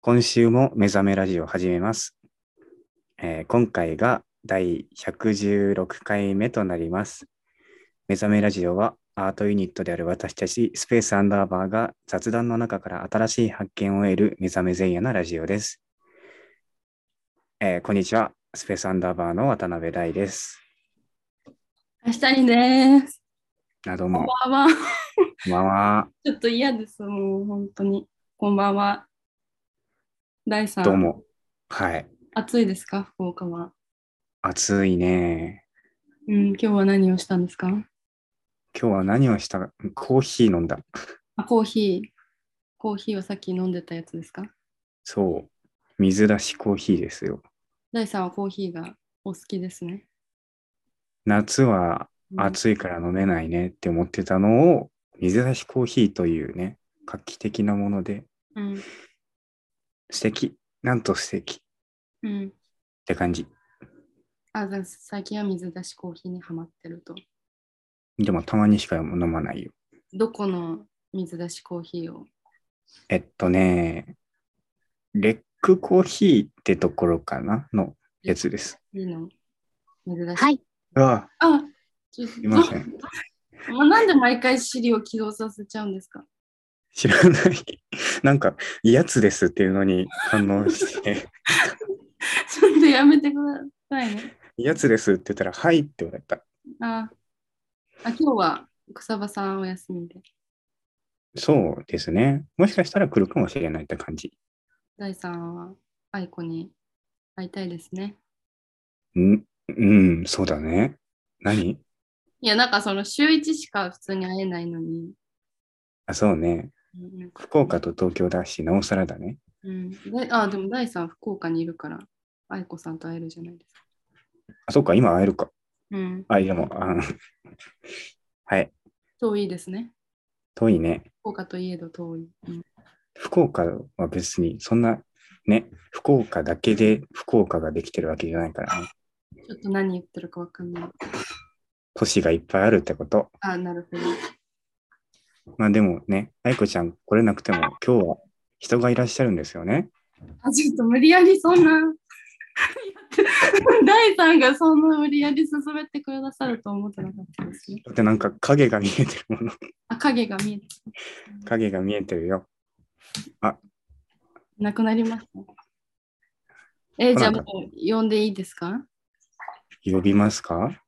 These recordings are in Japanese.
今週も目覚めラジオを始めます、えー今回が第116回目となります。目覚めラジオはアートユニットである私たちスペースアンダーバーが雑談の中から新しい発見を得る目覚め前夜なラジオです。えーこんにちは。スペースアンダーバーの渡辺大です。明日にです。あどうこんも、ばんは。こんばんは。ちょっと嫌です、もう本当に。こんばんは。大さん、どうも。はい。暑いですか、福岡は。暑いね。うん、今日は何をしたんですか今日は何をしたかコーヒー飲んだ。あコーヒー。コーヒーをさっき飲んでたやつですかそう。水出しコーヒーですよ。大さんはコーヒーがお好きですね。夏はうん暑いから飲めないねって思ってたのを、水出しコーヒーというね、画期的なもので、うん。素敵。なんと素敵っうん。て感じ。あ、じゃあ最近は水出しコーヒーにはまってると。でもたまにしか飲まないよ。どこの水出しコーヒーをえっとね、レックコーヒーってところかなのやつです。いいの水出し。はい。うわ、あ、ちょいません。もうなんで毎回シリを起動させちゃうんですか知らない。なんか、やつですっていうのに反応して、 ちょっとやめてくださいね。やつですって言ったら、はいって言われた。ああ今日は草場さんお休みで、そうですね。もしかしたら来るかもしれないって感じ。大さんは愛子に会いたいですね。んうん、そうだね。何いや、なんかその週1しか普通に会えないのに、あ、そうね。うんなんか福岡と東京だし、なおさらだね。うん、だいあでも大さん福岡にいるから、愛子さんと会えるじゃないですか。あ、そっか、今会えるか。うん、あ、でも、あ はい。遠いですね。遠いね。福岡といえど遠い。うん、福岡は別に、そんな、ね、福岡だけで福岡ができてるわけじゃないからね。ちょっと何言ってるかわかんない。都市がいっぱいあるってこと。あ、なるほど。まあでもね、愛子ちゃん来れなくても、今日は人がいらっしゃるんですよね。あ、ちょっと無理やりそ んな。大さんがそんな無理やり進めてくださると思ってなかったですね。だってなんか影が見えてるもの。あ、影が見えて影が見えてるよ。なくなりました。えーじゃあなもんう呼んでいいですか呼びますか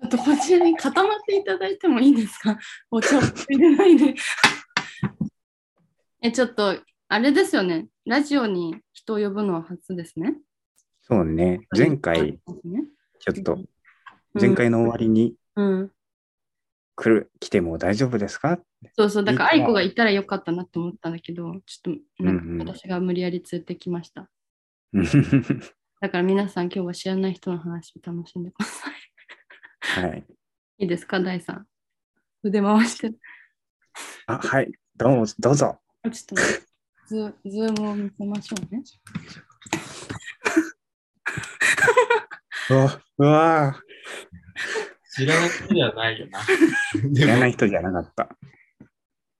ちょっとこちらに固まっていただいてもいいですかお茶を入れないで。 え、ちょっと、あれですよね。ラジオに人を呼ぶのは初ですね。そうね。前回、ですね。ちょっと、うん前回の終わりにうん。来る、来ても大丈夫ですか そうそう、だからいいか愛子がいたらよかったなって思ったんだけど、ちょっとなんうんうかん私が無理やり連れてきました。うんだから皆さん、今日は知らない人の話を楽しんでください。はい。いいですか、大さん。腕回してる。あ、はい。どうぞ、どうぞ。あちょっと待ってズ、ズームを見せましょうね。うわ、うわ知らない人ではない よな。ーで知らもない人じゃなかった。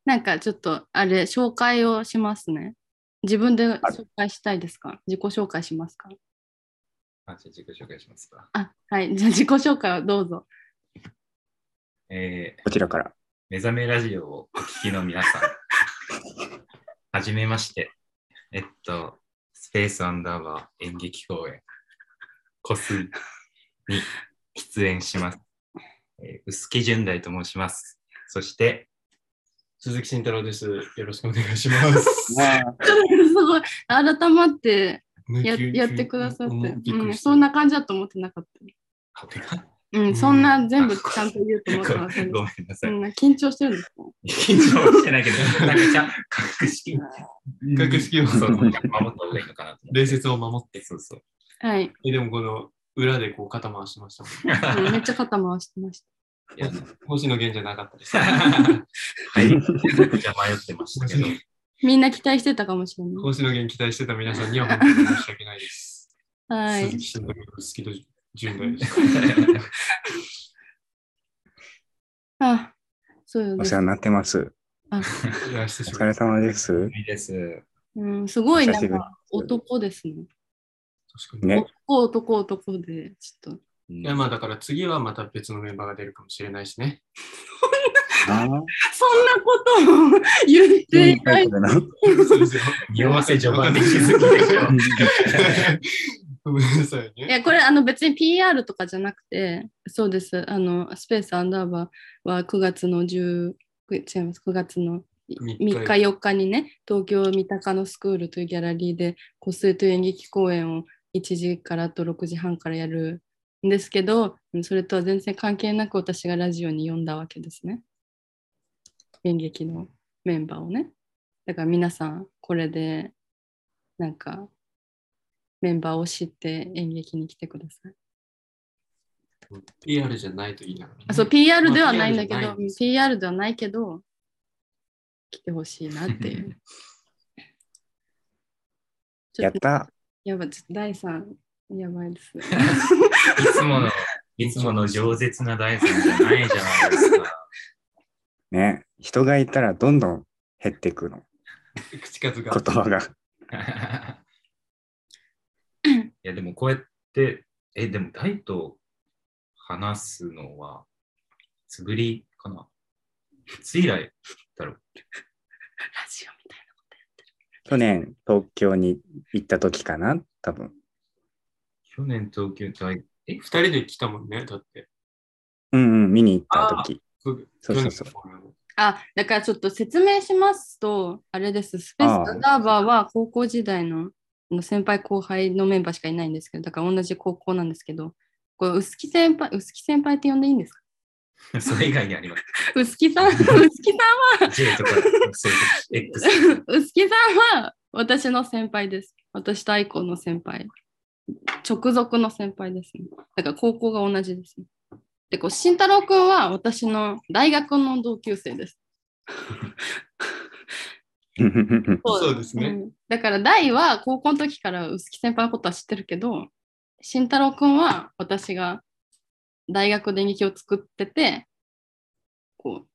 なんかちょっと、あれ、紹介をしますね。自分で紹介したいですか自己紹介しますかあじゃあ自己紹介しますか。あ、はい。じゃあ自己紹介をどうぞ。えー、こちらから。目覚めラジオをお聞きの皆さん、はじめまして。えっと、スペースアンダーバー演劇公演、コスに出演します。えー、薄木純大と申します。そして、鈴木慎太郎です。よろしくお願いします。すごい。改まってやね急にやってくださって、うんびっくうりん。したそんな感じだと思ってなかった。あてかうん、そんな全部ちゃんと言うと思ってませんでごしめんなた。さうい。ん、緊張してるんですか緊張してないけど、なんかちゃん、格式、格式をそう、守った方がいいのかなと思って。礼節を守って。そうそう。はい、えでもこの裏でこう肩回してましたもん。うんめっちゃ肩回してましいや星野源じゃなかっ たです。はい。めちゃくちゃ迷ってましたけど。た。みんな期待してたかもしれない。星野源期待してた皆さんには本当に申し訳ないです。は鈴い。木慎太郎の好きと純大です。あ、そうよおね世。話になってます。あいや、失礼おし疲まれした。様です。いいです。うん、すごいなん久しぶりか男ですね。確かに。ね、男、男、男で、ちょっと。うんいや、まあだから次はまた別のメンバーが出るかもしれない しね。あー そんなことを言っていない。な。そう ですよ。匂わせ序盤で気づききでしょ。ごめんなさいいね。や、これ、あの、別に PR とかじゃなくて、そうです。あの、スペースアンダーバーは9月の10、違います、9月の三3日日、4日にね、東京三鷹のスクールというギャラリーで、個性という演劇公演を1時からと6時半からやるんですけど、それとは全然関係なく私がラジオに呼んだわけですね。演劇のメンバーをね。だから皆さん、これで、なんか、メンバーを知って演劇に来てください。 PR じゃないといいながらね。あそう、PR ではないんだけまど、あ PR じゃないんです PR ではないけど、来てほしいなっていう。ちょやっっとた。やばい、ちょっと第三やばい です。いつもの、いつもの饒舌な大さんじゃないじゃないですか。ね、人がいたらどんどん減っていくの、口数が。言葉が。いや、でもこうやって、え、でも大と話すのは、いつぶりかないつ以来だろう。ラジオみたい去年、東京に行った時かな、多分。去年東京大、え二人で来たもんね、だって。うんうん、見に行った時。そうそうそうそう。な。あ、だからちょっと説明しますと、あれです、スペースああアンダーバーは高校時代のあの先輩後輩のメンバーしかいないんですけど、だから同じ高校なんですけど、これ薄木先輩、薄木先輩って呼んでいいんですか それ以外にあります。薄木さん、薄木さん は J とか、そういうこと X。薄木さんは私の先輩です。私と愛子の先輩。直属の先輩ですね。だから高校が同じですね。で、こう、慎太郎くんは私の大学の同級生です。うんうんうんうんそうですねんだから大は高校の時から薄木先輩のことは知ってるけど、慎太郎くんは私が大学で演劇を作ってて、こう、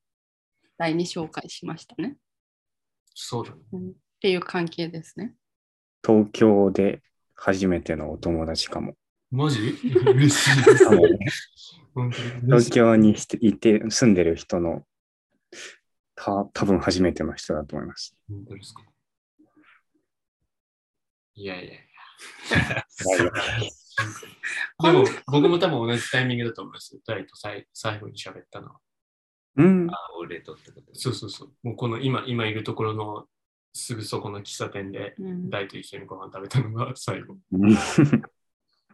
大に紹介しましたね。そうだね。うんっていう関係ですね。東京で初めてのお友達かも。マ ジ嬉しいですか。もね本当に嬉し東い京にしていて住んでる人のた多分初めての人だと思います。本当ですかいやいやいや。でも、僕も多分同じタイミングだと思います。誰と最最後に喋ったのは。うん、あ俺とってことそうそうそう。もうこの今、今いるところのすぐそこの喫茶店で、うん大と一緒にご飯食べたのが 最後。うん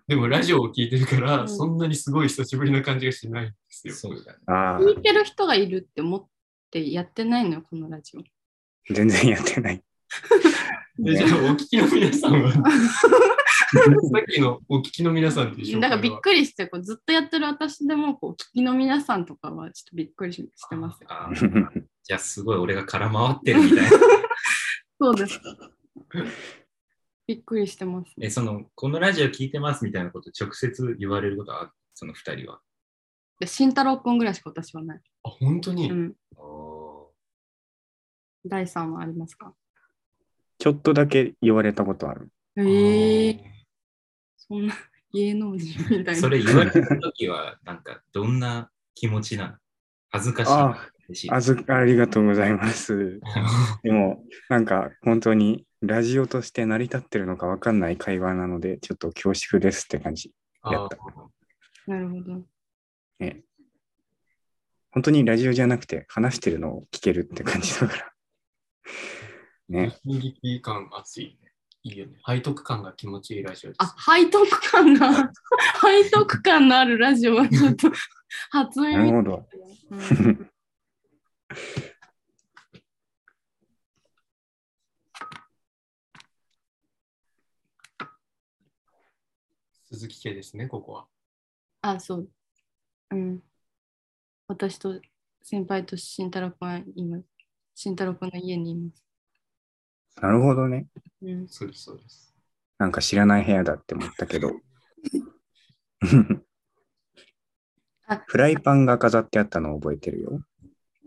でも、ラジオを聞いてるから、うんそんなにすごい久しぶりな感じがしないんですよ。そうだね。ああ、聞いてる人がいるって思ってやってないのよ、このラジオ。全然やってない。えじゃあ、お聞きの皆さん は、さっきのお聞きの皆さんでしょだからびっくりして、こうずっとやってる私でもこう、聞きの皆さんとかはちょっとびっくりしてますよ。あじゃあすごい俺が空回ってるみたいな。 そうです。びっくりしてますね。え、その、このラジオ聞いてますみたいなこと直接言われることはあるその二人は。で慎太郎くんぐらいしか私はない。あ、本当に、うん。お第三はありますかちょっとだけ言われたことある。えー、そんな 芸能人みたいな。それ言われたときは、なんか、どんな気持ちなの恥ずかしいあ嬉しい。あずありがとうございます。あでも、なんか本当にラジオとして成り立ってるのかわかんない会話なので、ちょっと恐縮ですって感じ。ーやったなるほど。本当にラジオじゃなくて話してるのを聞けるって感じだから。 ね、演劇感あっていいね。いいよね。背徳感が気持ちいいラジオです。あ、背徳感が、 背徳感のあるラジオはちょっと 初なる耳。ほど。うん鈴木家ですね、ここは。あ、そう。うん。私と先輩と慎太郎君は今、慎太郎君の家にいます。なるほどね。うん。そうです、そうです。なんか知らない部屋だって思った けど。あフライパンが飾ってあったのを覚えてるよ。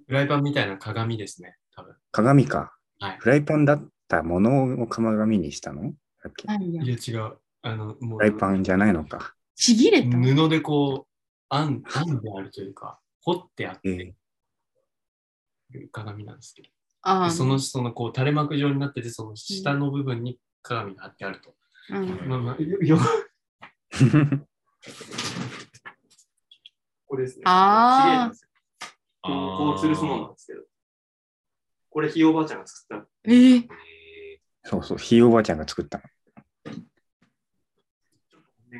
フライパンみたいな鏡ですね、多分。鏡か。はいフライパンだったものを鏡にしたのだっけ何やいや、違う。あの、もう、フライパンじゃないのか。ちぎれた布でこう、編ん編んであるというか、掘ってあっえ てる鏡なんですけど、あであその、その、こう、垂れ幕状になってて、その下の部分に鏡が貼ってあると。うんまあまあ、よよーこれですね。あー綺麗なんですよこうこう吊るすものなんですけど。これ、ひいおばあちゃんが作っえー、あー。えそうそう、ひいおばあちゃんが作ったの。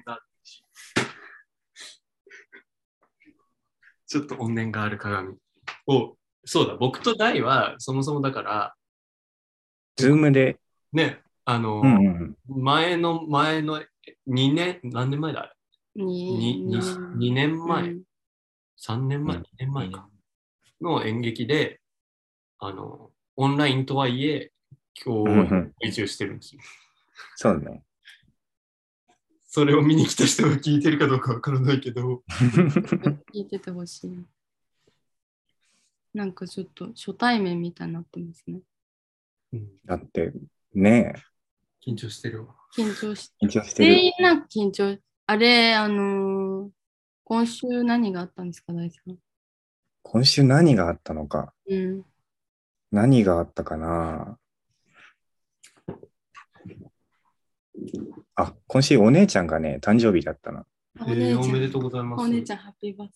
た。ちょっと怨念がある鏡を、そうだ、僕と大は、そもそもだから、ズームで、ね、あの、うんうん前の前の2年、何年前だあれに 2, に2年前、うん3年前、うん2年前か、の演劇で、あの、オンラインとはいえ、今うん、うんう日ん。移住してるんですよ。そうね。 それを見に来た人が聞いてるかどうかわからないけど、聞いててほしいな。なんかちょっと初対面みたいになってますね。だって、ね緊張してるわ。緊張しえ、緊張して全る。員なんか緊張あれ、あのー今週何があったんですか、大さん。今週何があったのか。うん。何があったかなあ、今週お姉ちゃんがね、誕生日だったの。おえ姉ーおめでちとうございゃまん、す。お姉ちゃん、ハッピーバース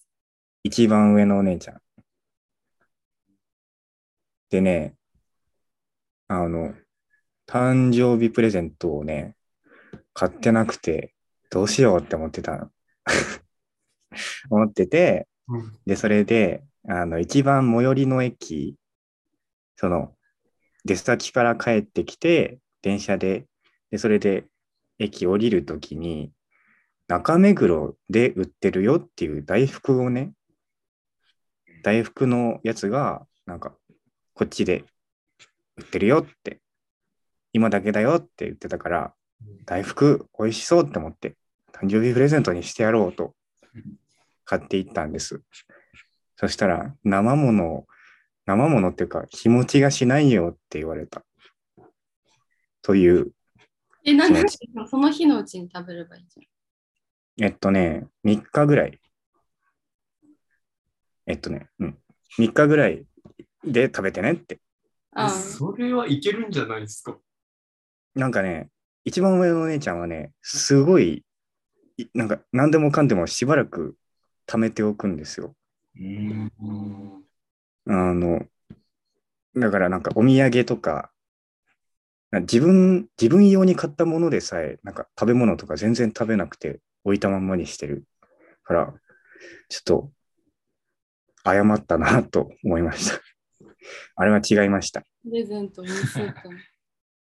一番上のお姉ちゃん。でね、あの、誕生日プレゼントをね、買ってなくて、どうしようって思ってたの。 思ってて、うんで、それで、あの、一番最寄りの駅、その、出先から帰ってきて、電車で、で、それで、駅降りるときに、中目黒で売ってるよっていう大福をね、大福のやつが、なんか、こっちで売ってるよって、今だけだよって言ってたから、大福美味しそうって思って、誕生日プレゼントにしてやろうと、買っていったんです。そしたら、生ものを、生ものっていうか、日持ちがしないよって言われた。という、デー。え、なんそうででその日のうちに食べればいいじえっとね、3日ぐらい。えっとね、うん。3日ぐらいで食べてねって。ゃん。ああ。それはいけるんじゃないですか。なんかね、一番上のお姉ちゃんはね、すごい、いなんか何でもかんでもしばらく貯めておくんですよ。ーあの、だからなんかお土産とか、なんか自分、自分用に買ったものでさえ、なんか食べ物とか全然食べなくて置いたまんまにしてるから、ちょっと、謝ったなと思いました。 あれは違いました。プレゼント、見せた。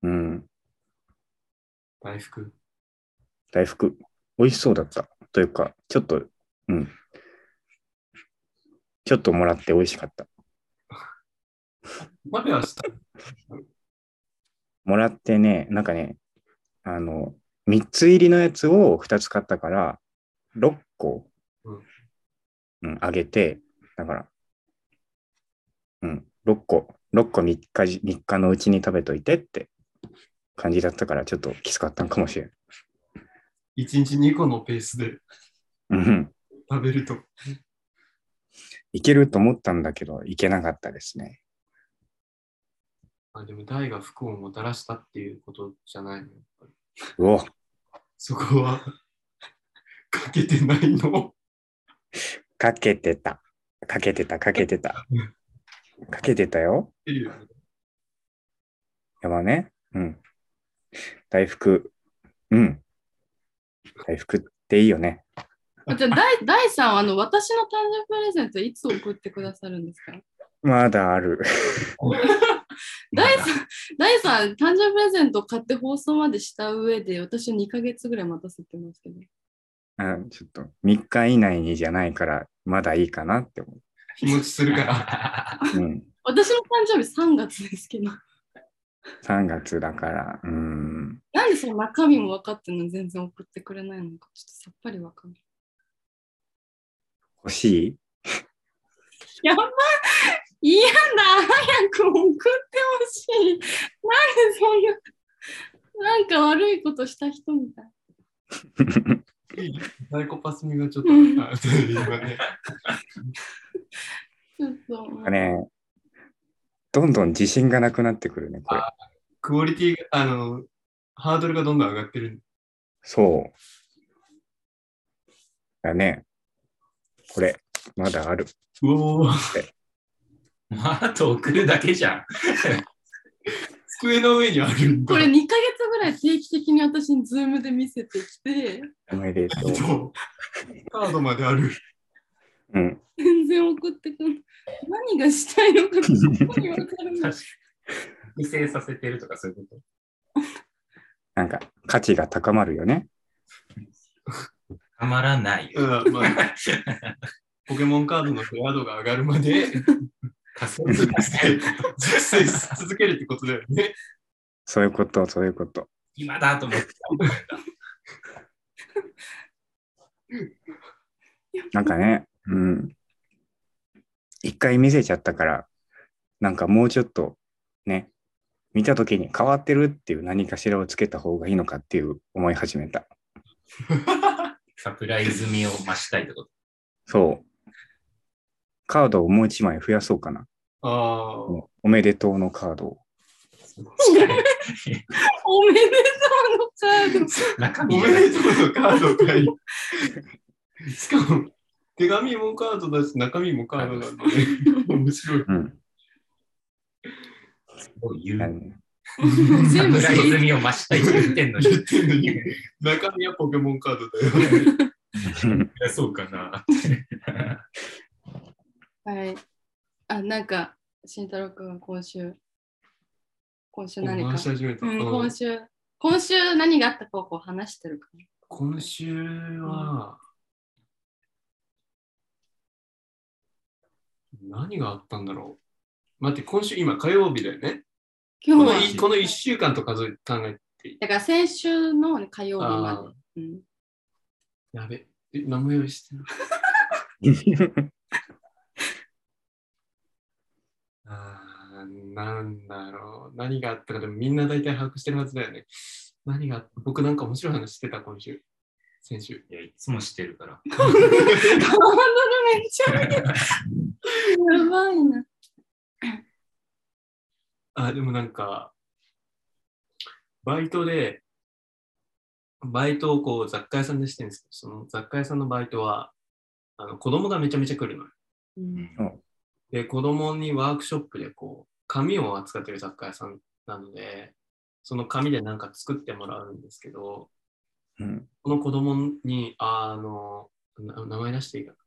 うん。大福。大福、美味しそうだった。というか、ちょっと、うん。ちょっともらって美味しかった。鍋はした。もらってね、なんかね、あの、3つ入りのやつを2つ買ったから、6個うん、うん、あげて、だから、うん、6個、6個3日じ、3日のうちに食べといてって感じだったから、ちょっときつかったんかもしれん。 1日2個のペースでうん、食べると。いけると思ったんだけど、いけなかったですね。あでも大が不幸をもたらしたっていうことじゃないの。うお、そこはかけてないの。かけてた。かけてた、かけてた。かけてたよ。っていうやばね。うん。大福。うん。大福っていいよね。じゃあ、大大さんはあの私の誕生日プレゼントいつ送ってくださるんですかまだある。 大さん、大さん、誕生日プレゼント買って放送までした上で、私は2ヶ月ぐらい待たせてますけど。あちょっと3日以内にじゃないから、まだいいかなって思日持ちするから。う。うん。私の誕生日3月ですけど、 3月だから、うん。なんでその中身も分かってんのに全然送ってくれないのか、ちょっとさっぱり分かんない。欲しいやばい嫌だ早く送ってほしいなんでそういうなんか悪いことした人みたいサイコパス味がちょっとうんあそう今ねちょっとなんか ね、どんどん自信がなくなってくるね、これ。クオリティが、あの、ハードルがどんどん上がってる。そう。だね。これ、まだある。うおーまあ、あと送るだけじゃん。机の上にあるんだ。これ2ヶ月ぐらい定期的に私にズームで見せてきておめでとう。そうカードまである。うん。全然送ってくん何がしたいの かここにわかるんだ確かに。複製させてるとかそういうこなんか、価値が高まるよね。と。たまらないよ。うん、ま あ、ポケモンカードのレア度が上がるまで、仮想実際実際続けるってことだよね。そういうこと、そういうこと。今だと思ってた。なんかね、うん。一回見せちゃったから、なんかもうちょっと、ね、見たときに変わってるっていう何かしらをつけた方がいいのかっていう思い始めた。サプライズ味を増したいってこと。そう。カードをもう一枚増やそうかな。ああ、おめでとうのカードを。おめでとうのカード中お身じゃめなでいとうのカードかい。 しかも、手紙もカードだし、中身もカードなんだね。面白い。うん。そういう。 サ全部プライズ正味を増したいって言ってんのに。言ってんのに中身はポケモンカードだよ。いやそうかな。解はいあなんか慎太郎くんは今週今週何か回し始めた。うん、うん今週、今週何があったかをこう話してるかな。今週は、何があったんだろう待って、今週、今火曜日だよね。こ今の日いは、この1週間と数え考えて、だから先週の火曜日あまで。うん、 ーやべ、え何も用意してない。あーなんだろう。何があったかでもみんな大体把握してるはずだよね。何があった僕なんか面白い話してた、今週。先週。いや、いつもしてるから。ハードルめっちゃ上げるやばいな。あ、でもなんか、バイトで、バイトをこう雑貨屋さんでしてるんですけど、その雑貨屋さんのバイトは、あの子供がめちゃめちゃ来るのよ。うんで、子供にワークショップでこう、紙を扱ってる雑貨屋さんなので、その紙でなんか作ってもらうんですけど、うんこの子供に、あの、な名前出していいかこ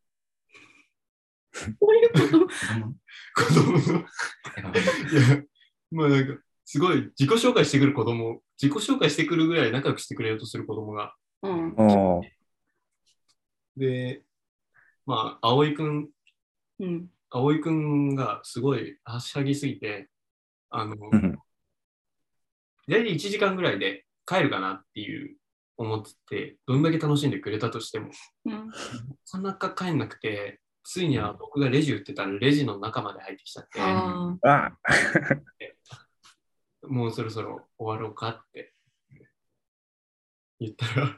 ういうことな 子供のいや、まあなんか、すごい自己紹介してくる子供、自己紹介してくるぐらい仲良くしてくれようとする子供が。うん。おーで、まあ、葵くん、うん。葵くんがすごいはしゃぎすぎて、あの、うん大体1時間ぐらいで帰るかなっていう思ってて、どんだけ楽しんでくれたとしても、うん。なかなか帰んなくて、ついには僕がレジ売ってたらレジの中まで入ってきちゃって、ああもうそろそろ終わろうかって言ったら、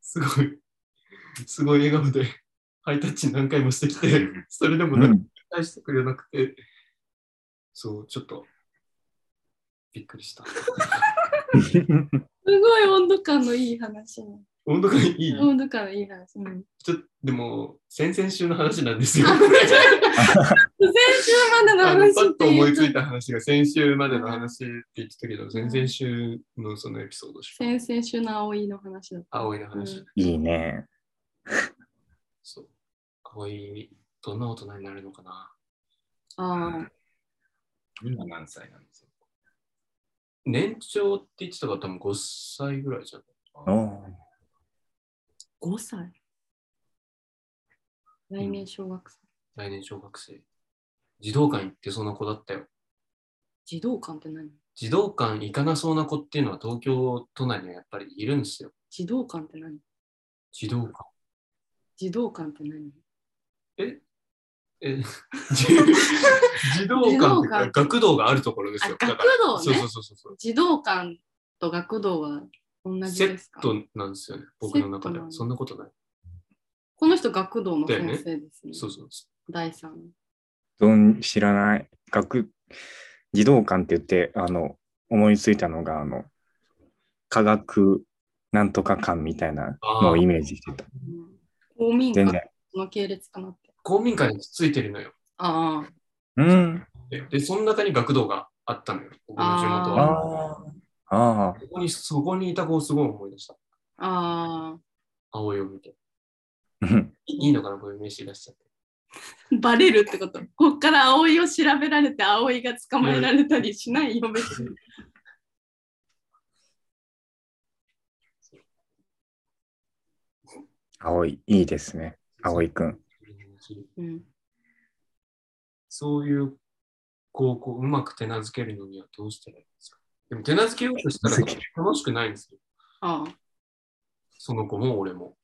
すごい、すごい笑顔でハイタッチ何回もしてきて、それでもう何もん返してくれなくて、そう、ちょっとびっくりした。ーすごい温度感のいい話ね。温度がいい、温度感のいい話。うん、ちょっとでも、先々週の話なんですよ。あ先週までのあの話パっッとて思い言つういと、た話が先週までの話って言ってたけど、先々週のそのエピソードでしょ。先々週の葵の話だった。葵の話。うんいいね。そう。葵、どんな大人になるのかなあ今何歳なんです年長って言ってたから多分5歳ぐらいじゃん。おーあ、5歳。来年小学生。来年小学生。児童館行ってそうな子だったよ。児童館って何児童館行かなそうな子っていうのは東京都内にはやっぱりいるんですよ。児童館って何 児童館。児童館って何ええ児童児童館館学童があるところですよ。あだから学童ねそうそうそうそう。児童館と学童は同じセでッすかトなんですよね、僕の中セットなでんは。だそんなことない。この人学童の先生ですね。そうそうそ第三。どん知らない学児童館って言ってあの思いついたのがあの科学なんとか館みたいなのをイメージしてたうん公民全館然の系列かなって。う。公民館についてるのよ。あうんで、でその中に学童があったのよ。僕の地元あは。あああここに、そこにいた子をすごい思い出した。あ、あ葵を見て。うんいいのかな、こういう名刺出しちゃって。あ、バレるってこと。こっから葵を調べられて、葵が捕まえられたりしないよ、別に。青いいいですね青いくんうん、そういう高校うまく手なずけるのにはどうしたらいいんですかでも手なずけようとしたら手なずけ楽しくないんですよ。あその子も俺も。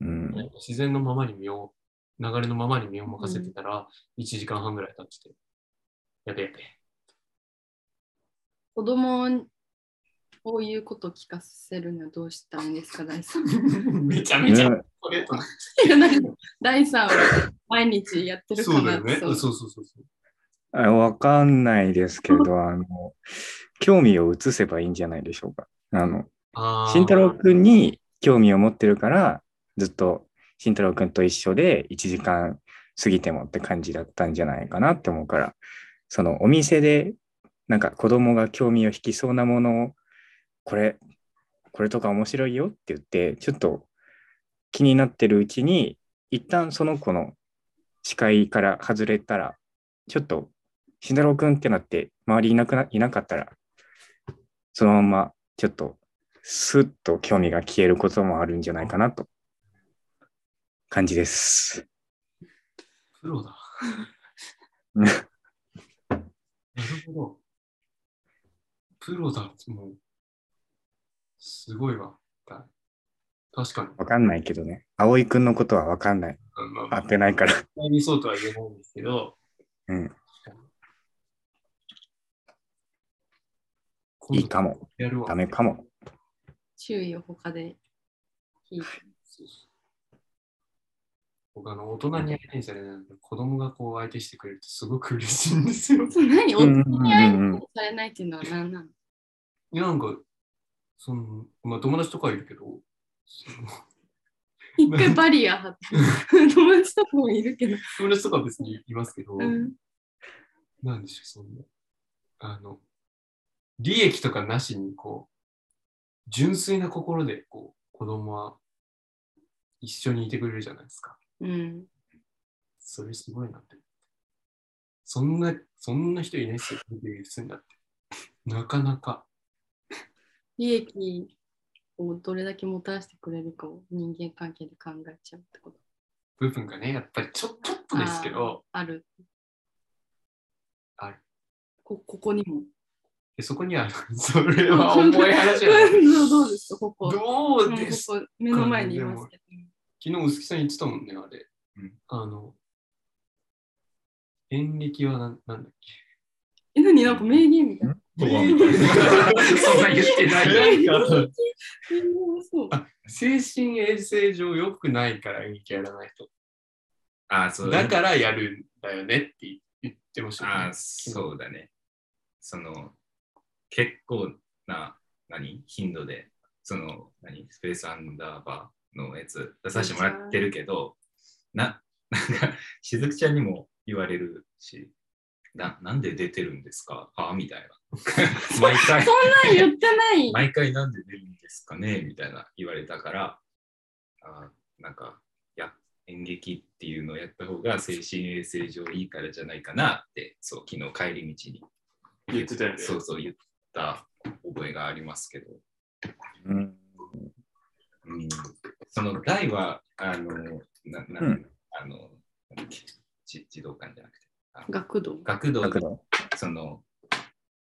うん自然のままに身を、流れのままに身を任せてたら、1時間半ぐらい経ってて、や べやべ。子供にこういうことを聞かせるにはどうしたらいいんですか、第 三。めちゃめちゃねストレー トな。いやなんか第三を毎日やってるかそうだらよね。そうそうそうそう。あわかんないですけどあの興味を移せばいいんじゃないでしょうかあのあー慎太郎くんに興味を持ってるからずっと慎太郎くんと一緒で1時間過ぎてもって感じだったんじゃないかなって思うからそのお店でなんか子供が興味を引きそうなものをこれこれとか面白いよって言ってちょっと気になってるうちに一旦その子の視界から外れたらちょっと慎太郎くんってなって周りいなくないなかったらそのままちょっとスッと興味が消えることもあるんじゃないかなと感じです。プロだ。うんなるほど。プロだ、もう。すごいわ。だ確かに。わかんないけどね。葵くんのことはわかんない。あまあま会あ、っ絶てないから。対にそうとは言えないんですけど、うん。今い度いかも。やるわ。ダメかも。注意を他で聞いて。そうそう僕あの、大人に相手にされないので、子供がこう相手してくれるとすごく嬉しいんですよ。そう何うん夫うんに愛うんうん。されないっていうのは何なのいやなんか、その、まあ友達とかいるけど、その一回バリア張 って。友達とかもいるけど。友達とかは別にいますけど、うん、なんでしょう、そんな。あの、利益とかなしに、こう、純粋な心で、こう、子供は一緒にいてくれるじゃないですか。うん。それすごいなって。そんな、そんな人いないっすよ、すんだって。なかなか。利益をどれだけもたらしてくれるかを人間関係で考えちゃうってこと。部分がね、やっぱりちょちょっとですけど、あーある。あるこここにも。でそこには、それは重い話じゃない。 うんどうですここ。どううんこですこ目の前にいますけど。昨日、薄木さん言ってたもんね、あれ。うんあの、演劇はなんなんだっけえ、何なんか名言みたい な。そんな言ってないよ。そう。精神衛生上良くないから演劇やらないあ、そと。うだだねからやるんだよねって言ってましたよね、あそうだね。その、結構な、何頻度で、その、何スペースアンダーバーのやつ出させてもらってるけど、な、なんか、 しずくちゃんにも言われるし、な、なんで出てるんですかあみた いな。毎回そ、んなん言ってない。毎回なんで出るんですかねみたいな言われたから、あなんか、や、演劇っていうのをやった方が精神衛生上いいからじゃないかなって、そう、昨日帰り道に言ってたよねそうそう、言った覚えがありますけど。うん。うん、その大は、あの、ななうんあのなんだっけじ児童館じゃなくて、学童。学童だでけど、その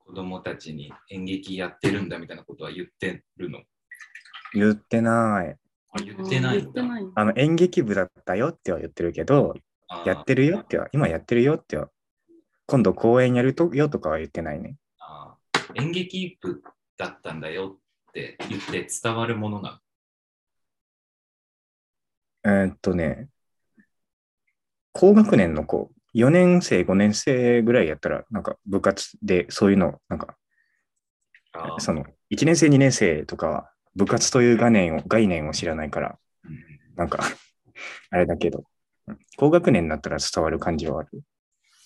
子供たちに演劇やってるんだみたいなことは言ってるの。言ってない。あ言ってない言っんてだ。ない。あの、演劇部だったよっては言ってるけど、あーやってるよっては、今やってるよっては、今度公演やるとよとかは言ってないね。あー演劇部だったんだよって言って伝わるものなえーっとね、高学年の子、4年生、5年生ぐらいやったら、なんか部活でそういうの、なんか、のあーその、1年生、2年生とかは、部活という概念を概念を知らないから、うんなんか、 あれだけど、うん高学年になったら伝わる感じはある。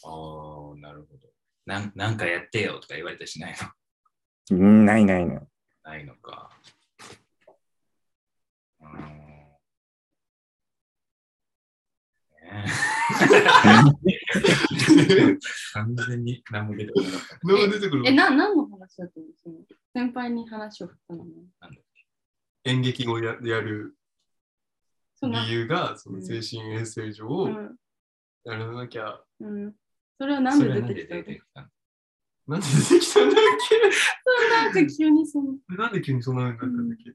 ああ、なるほど。なんなんかやってよとか言われたりしないの うんないないない。ないのか。うーん。ねえ完全に何も出てこなかった。何も出てくるえ、な、何の話だったんですか先輩に話を振ったのね。演劇をややるその理由が、そのうん精神衛生上をうんやらなきゃ、うん。それはなんで出てきたそれはの何で出てきたのなんで出てきたんだっなんか急にその。けなんで急にそんなのになったんだっけ、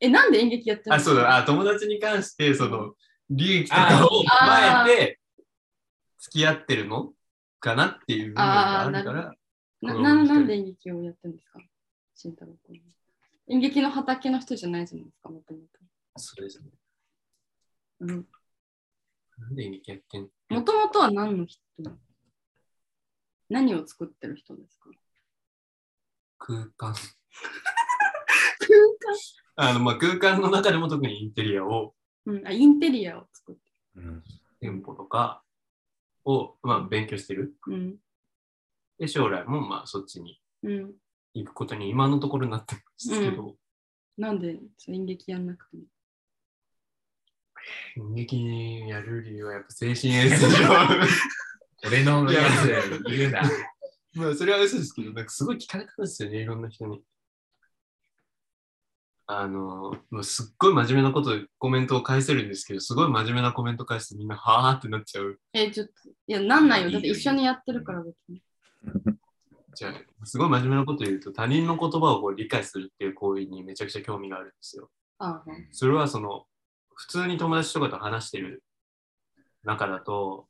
え、なんで演劇やってるのあ、そうだ、あ、友達に関して、その、利益とかを あー前で付き合ってるのかなっていうのがあるかあーなら、な子供なみたいなんで演劇をやってるんですか慎太郎君。演劇の畑の人じゃないじゃないですか、もともそうですね。と。なんで演劇やってんのもともとは何の人何を作ってる人です か空間。空 あの、まあ、空間の中でも特にインテリアを、間、うん、あインテリアを作ってうん店舗とかを、まあ、勉強してる。る。うん。で、将来も、まあ、そっちにうん。行くことに今のところなってますけど、なんでそう演劇やんなくても。演劇にやる理由はやっぱ精神衛生上。 俺のやいやつ言 うな。まあ、それは嘘ですけど、なんかすごい聞かれたんですよね、いろんな人に。あの、もうすっごい真面目なこと、コメントを返せるんですけど、すごい真面目なコメント返すとみんな、はーってなっちゃう。え、ちょっと、いや、なんないよ。だって一緒にやってるから別に。じゃあ、すごい真面目なこと言うと、他人の言葉をこう理解するっていう行為にめちゃくちゃ興味があるんですよ。ああ、それはその、普通に友達とかと話してる中だと、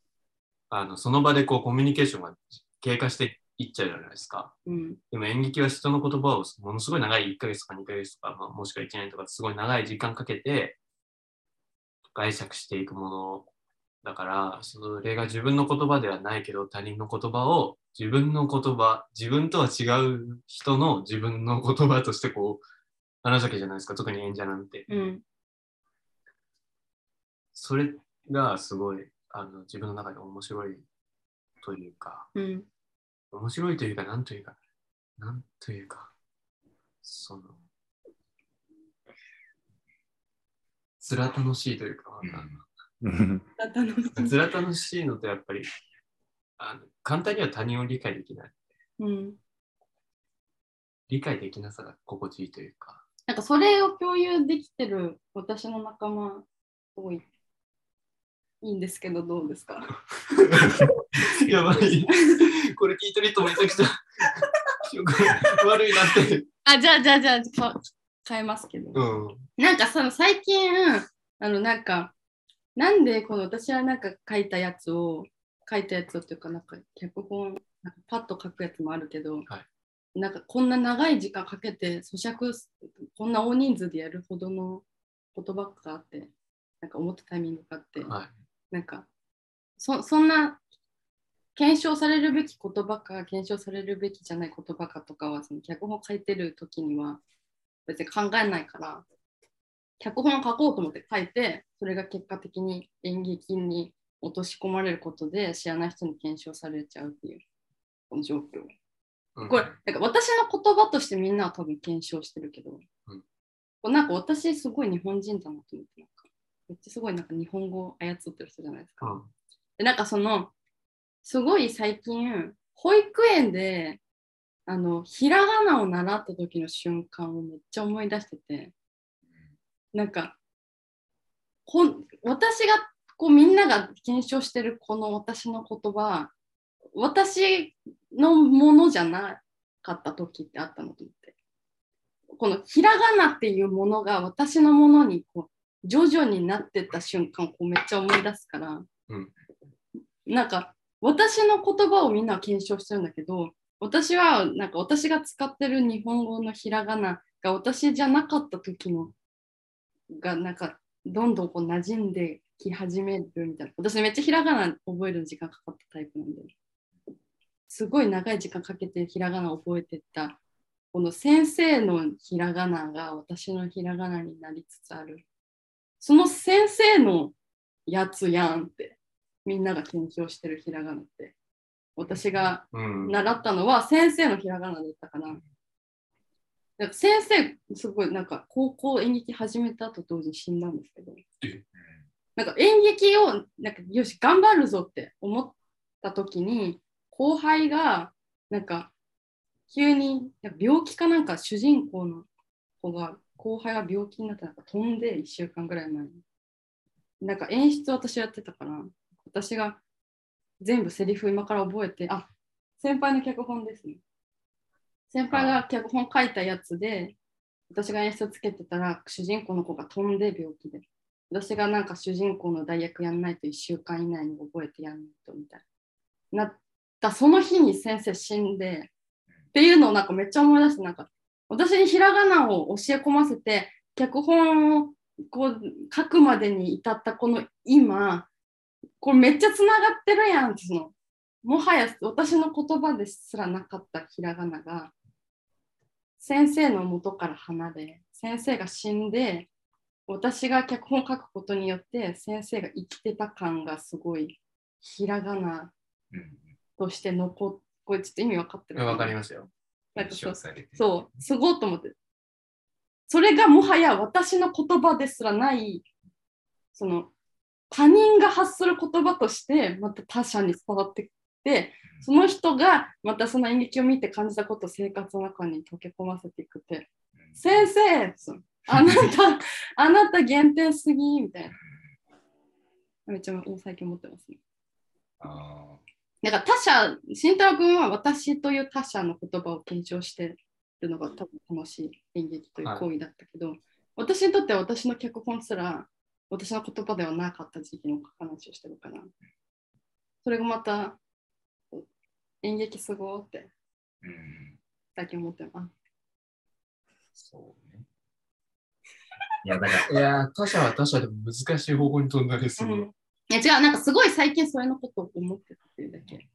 あの、その場でこうコミュニケーションが経過していっちゃうじゃないですか。うん。でも演劇は人の言葉をものすごい長い1ヶ月とか2ヶ月とか、まあ、もしくは1年とかすごい長い時間かけて解釈していくものだからそれが自分の言葉ではないけど他人の言葉を自分の言葉自分とは違う人の自分の言葉としてこう話すわけじゃないですか特に演者なんてうん。それがすごいあの自分の中で面白いというか うん。面白いというか、なんというか、なんというか、その、つら楽しいというか、なんかうん楽しい。つら楽しいのとやっぱり、あの簡単には他人を理解できない。うん。理解できなさが心地いいというか、なんかそれを共有できてる私の仲間、すごいいいんですけど、どうですかやばい。これ聞いてる人めちゃくちゃ悪いなって。あ、じゃあじゃあじゃあ、か変えますけど。うん。なんかその最近、あのなんか、なんでこの私はなんか書いたやつを、書いたやつをっていうか、なんか脚本、なんかパッと書くやつもあるけど、はなんかこんな長い時間かけて咀嚼す、こんな大人数でやるほどのことばっかあって、なんか思ったタイミングがあって、はい。なんかそそんな検証されるべき言葉か検証されるべきじゃない言葉かとかはその脚本を書いてる時には別に考えないから脚本を書こうと思って書いてそれが結果的に演劇に落とし込まれることで知らない人に検証されちゃうっていうこの状況うんこれなんか私の言葉としてみんなは多分検証してるけど、うんこうなんか私すごい日本人だなと思ってなんかめっちゃすごいなんか日本語を操ってる人じゃないですかうん。でなんかそのすごい最近保育園であのひらがなを習った時の瞬間をめっちゃ思い出しててなんかこん私がこうみんなが検証してるこの私の言葉私のものじゃなかった時ってあったのと思ってこのひらがなっていうものが私のものにこう徐々になってった瞬間をこうめっちゃ思い出すからなんか私の言葉をみんな検証してるんだけど私はなんか私が使ってる日本語のひらがなが私じゃなかった時のがなんかどんどんこう馴染んでき始めるみたいな私めっちゃひらがな覚えるの時間かかったタイプなんですごい長い時間かけてひらがな覚えてったこの先生のひらがなが私のひらがなになりつつあるその先生のやつやんってみんなが緊張してるひらがなって私がうん。習ったのは先生のひらがなだったかな。なんか先生、すごいなんか高校演劇始めたと同時に死んだんですけどえ、なんか演劇をなんかよし、頑張るぞって思った時に、後輩がなんか急になんか病気かなんか主人公の子が、後輩が病気になってなんか飛んで1週間ぐらい前に。なんか演出私やってたから、私が全部セリフ今から覚えて、あ先輩の脚本ですね。先輩が脚本書いたやつで、私が演出つけてたら、主人公の子が飛んで病気で。私がなんか主人公の代役やんないと1週間以内に覚えてやんないとみたいな。なったその日に先生死んで、っていうのをなんかめっちゃ思い出して、なんか私にひらがなを教え込ませて、脚本をこう書くまでに至ったこの今、これめっちゃつながってるやんってそのもはや私の言葉ですらなかったひらがなが先生の元から離れ先生が死んで私が脚本を書くことによって先生が生きてた感がすごいひらがなうん。として残っこれちょっと意味分かってるわ、かりまましたよ。なんかそう印象されてるそうすごいと思ってそれがもはや私の言葉ですらないその他人が発する言葉としてまた他者に伝わってきてその人がまたその演劇を見て感じたことを生活の中に溶け込ませていくってうん先生そのあなたあなた限定すぎみたいなめっちゃもう最近思ってますねあなんか他者慎太郎君は私という他者の言葉を検証してるのが多分楽しい演劇という行為だったけど、私にとっては私の脚本すら私の言葉ではなかった時期の話をしてるからそれがまた演劇すごーってーうん。最近思ってます。そうね。いや、だから、いやー、他者は他者でも難しい方向に飛んだりする。うんいや違う、なんかすごい最近それのことを思ってたっていうだけ。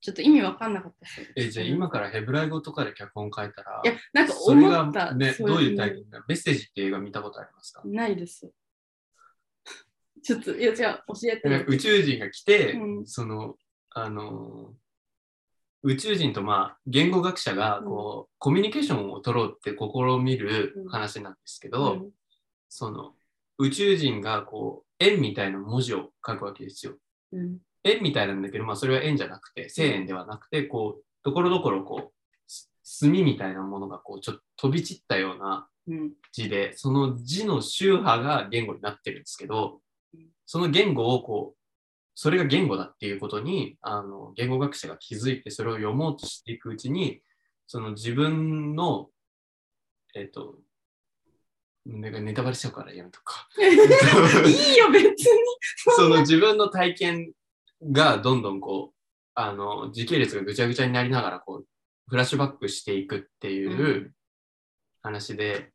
ちょっと意味わかんなかったし。え、じゃあ今からヘブライ語とかで脚本書いたらい、や、なんかそれ思がった。ね、そどういう体の験だメッセージって映画見たことありますかないです。ちょっと、いや違う、教えてなんよか。宇宙人が来て、うんそのあのー宇宙人とまあ言語学者がこう、コミュニケーションを取ろうって試みる話なんですけど、うんその宇宙人がこう円みたいな文字を書くわけですよ。うん円みたいなんだけど、まあ、それは円じゃなくて正円ではなくてこうところどころこうす墨みたいなものがこうちょっと飛び散ったようなうん 字で、その字の宗派が言語になってるんですけどうん、その言語をこう、それが言語だっていうことに、あの、言語学者が気づいて、それを読もうとしていくうちに、その自分の、えっ、と、なんかネタバレしちゃうからやめとくか。いいよ、別に。その自分の体験がどんどんこう、あの、時系列がぐちゃぐちゃになりながら、こう、フラッシュバックしていくっていう話で、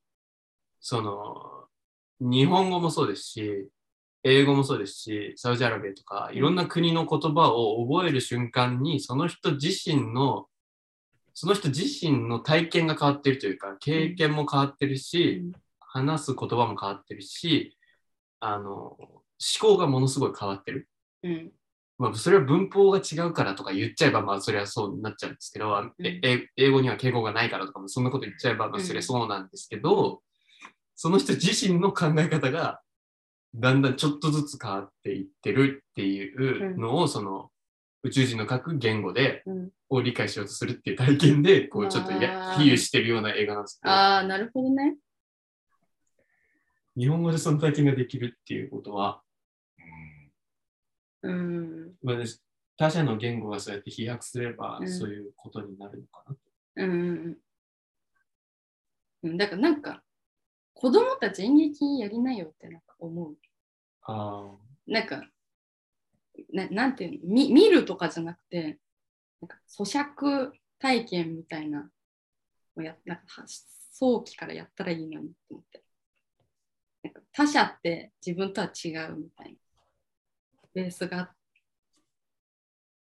その、日本語もそうですし、英語もそうですし、サウジアラビアとか、いろんな国の言葉を覚える瞬間に、その人自身の、その人自身の体験が変わってるというか、経験も変わってるし、話す言葉も変わってるし、あの、思考がものすごい変わってる。うんまあ、それは文法が違うからとか言っちゃえば、まあ、それはそうになっちゃうんですけど、あええ英語には敬語がないからとかも、そんなこと言っちゃえば、まあ、それはそうなんですけど、その人自身の考え方が、だんだんちょっとずつ変わっていってるっていうのを、その、宇宙人の書く言語で、うんを理解しようとするっていう体験で、こう、ちょっとやあー比喩してるような映画なんですけど。ああ、なるほどね。日本語でその体験ができるっていうことは、うんうん。まあ、他者の言語がそうやって飛躍すれば、うんそういうことになるのかな。うんうんうん。だからなんか、子供たち演劇やりなよってなんか思う。あなんか、ななんていうの見見るとかじゃなくてなんか咀嚼体験みたいなをやなんかは早期からやったらいいのにって思ってなんか他者って自分とは違うみたいなベースが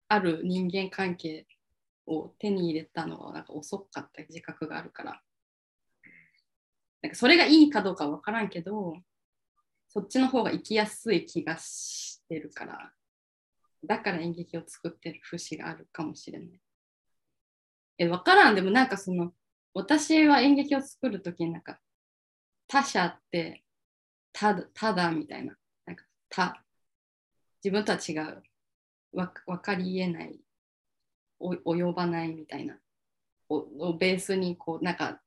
ある人間関係を手に入れたのはなんか遅かった自覚があるからなんかそれがいいかどうかは分からんけどそっちの方が生きやすい気がしてるから、だから演劇を作ってる節があるかもしれない。え、わからん。でもなんかその、私は演劇を作るときになんか、他者って、ただ、ただみたいな、なんか、た、自分とは違う、わ分かり得ない、お及ばないみたいな、ををベースにこう、なんか、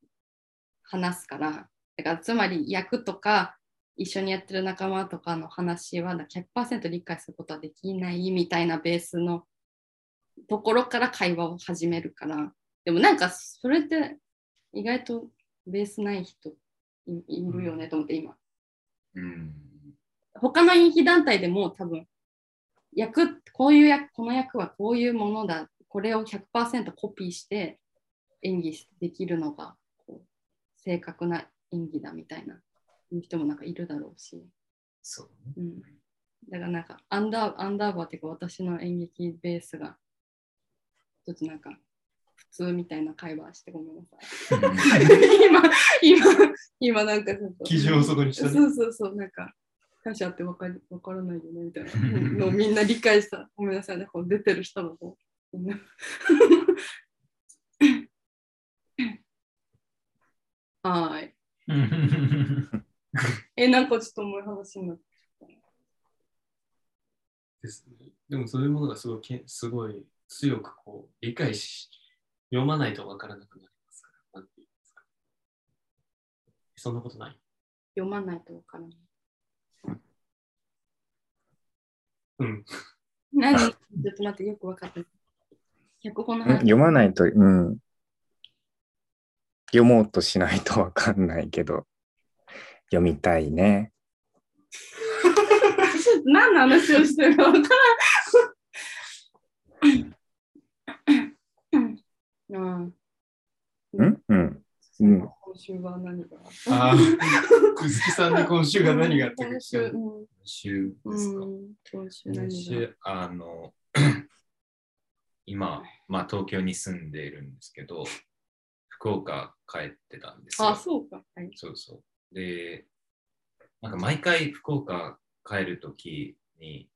話すから、だからつまり役とか、一緒にやってる仲間とかの話はだ100%理解することはできないみたいなベースのところから会話を始めるからでもなんかそれって意外とベースない人いいるよねと思って今うん。他の演劇団体でも多分役こういう役この役はこういうものだこれを100%コピーして演技できるのがこう正確な演技だみたいな人もなんかいるだろうし。 そうね。うんだからなんかアンダーアンダーバーっていうか私の演劇ベースがちょっとなんか普通みたいな会話してごめんなさい 今今今なんかちょっと 基準をそこにしそたうね。そうそうなんか感謝ってわかりわからないよねみたいなのをみんな理解したごめんなさいねこう出てる人も こうみんなはーいえなんかちょっと重い話になってですね。でもそういうものがすごいけん、すごい強くこう、理解し、読まないとわからなくなりますから。なんて言うんですか。そんなことない。読まないとわからないうん。何ちょっと待って、よく分かった。脚本のん話。読まないと、うん。読もうとしないとわかんないけど、読みたいね。何の話をしてるか分からん。うんんうん。うん今週は何がああ、 くずきさんに今週が何があったか今知週、らう ない。ん、今週うん今週ですか。今何が週、あの、 今、まあ東京に住んでいるんですけど、福岡帰ってたんですよ。あ、そうか。はい。そうそう。で、なんか毎回福岡帰るときに、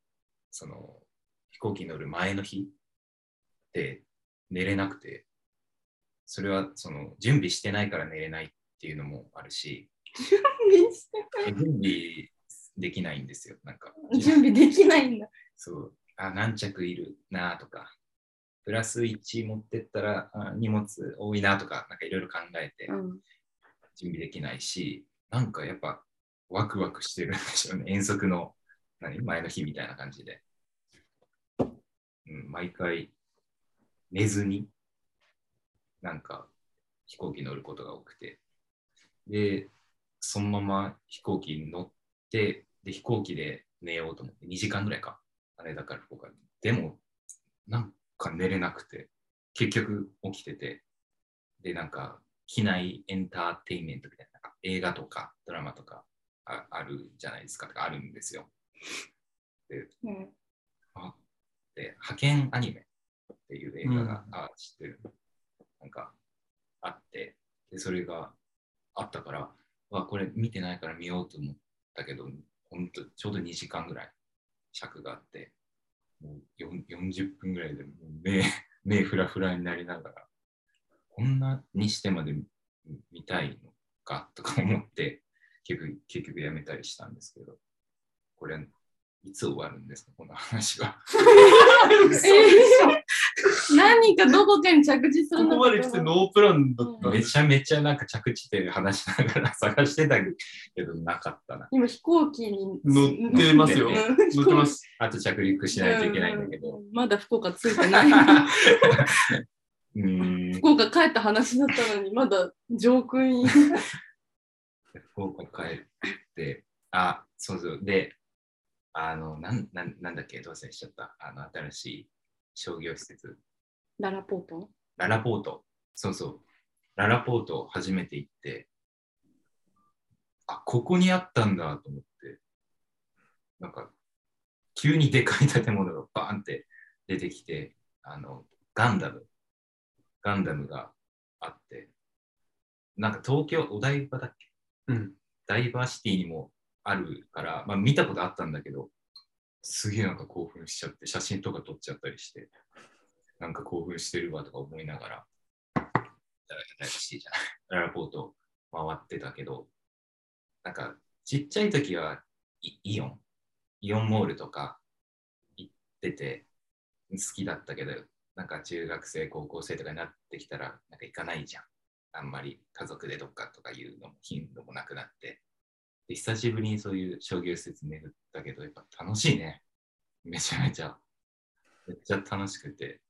その飛行機乗る前の日で寝れなくて、それはその準備してないから寝れないっていうのもあるし、準備できないんですよ。なんか、準備できないんだ。そう、あ、何着いるなとか、プラス1持ってったらあ荷物多いなとか、なんかいろいろ考えて、うん、準備できないし、なんかやっぱワクワクしてるんでしょうね。 遠足の何前の日みたいな感じで。うん、毎回寝ずに、なんか飛行機乗ることが多くて。で、そのまま飛行機に乗って、で、飛行機で寝ようと思って、2時間ぐらいか。羽田から福岡に。でも、なんか寝れなくて、結局起きてて、で、なんか機内エンターテインメントみたいな、なんか映画とかドラマとかああるじゃないですか、とかあるんですよ。うんで、派遣アニメっていう映画が、あ知ってる、なんかあって、で、それがあったから、わ、これ見てないから見ようと思ったけど、ほんと、ちょうど2時間ぐらい尺があって、もうよん40分ぐらいでもう目、 目フラフラになりながら、こんなにしてまで見見たいのかとか思って、結局、結局やめたりしたんですけど、これ、いつ終わるんですか、この話は。何かどこかに着地するこのかこまで来てノープランだった。めちゃめちゃなんか着地点話しながら探してたけどなかったな。今飛行機に乗ってますよ。うん乗ってます。あと着陸しないといけないんだけど。ううまだ福岡着いてない。うーん。福岡帰った話だったのに、まだ上空に。福岡帰って、あ、そうそう。で、あの、なん、なんなんだっけ、どうせしちゃった。あの、新しい商業施設。ララポートララポート。そうそう。ララポートを初めて行って、あ、ここにあったんだと思って、なんか、急にでかい建物がバーンって出てきて、あの、ガンダム。ガンダムがあって、なんか東京、お台場だっけうん。ダイバーシティにもあるから、まあ、見たことあったんだけど、すげえなんか興奮しちゃって、写真とか撮っちゃったりして、なんか興奮してるわとか思いながら、ダイバーシティじゃない、ララポート回ってたけど、なんかちっちゃい時はイイオン、イオンモールとか行ってて好きだったけど、なんか中学生、高校生とかになってきたら、なんか行かないじゃん。あんまり家族でどっかとかいうのも頻度もなくなって、で久しぶりにそういう商業施設巡ったけど、やっぱ楽しいね。めちゃめちゃ。めっちゃ楽しくて、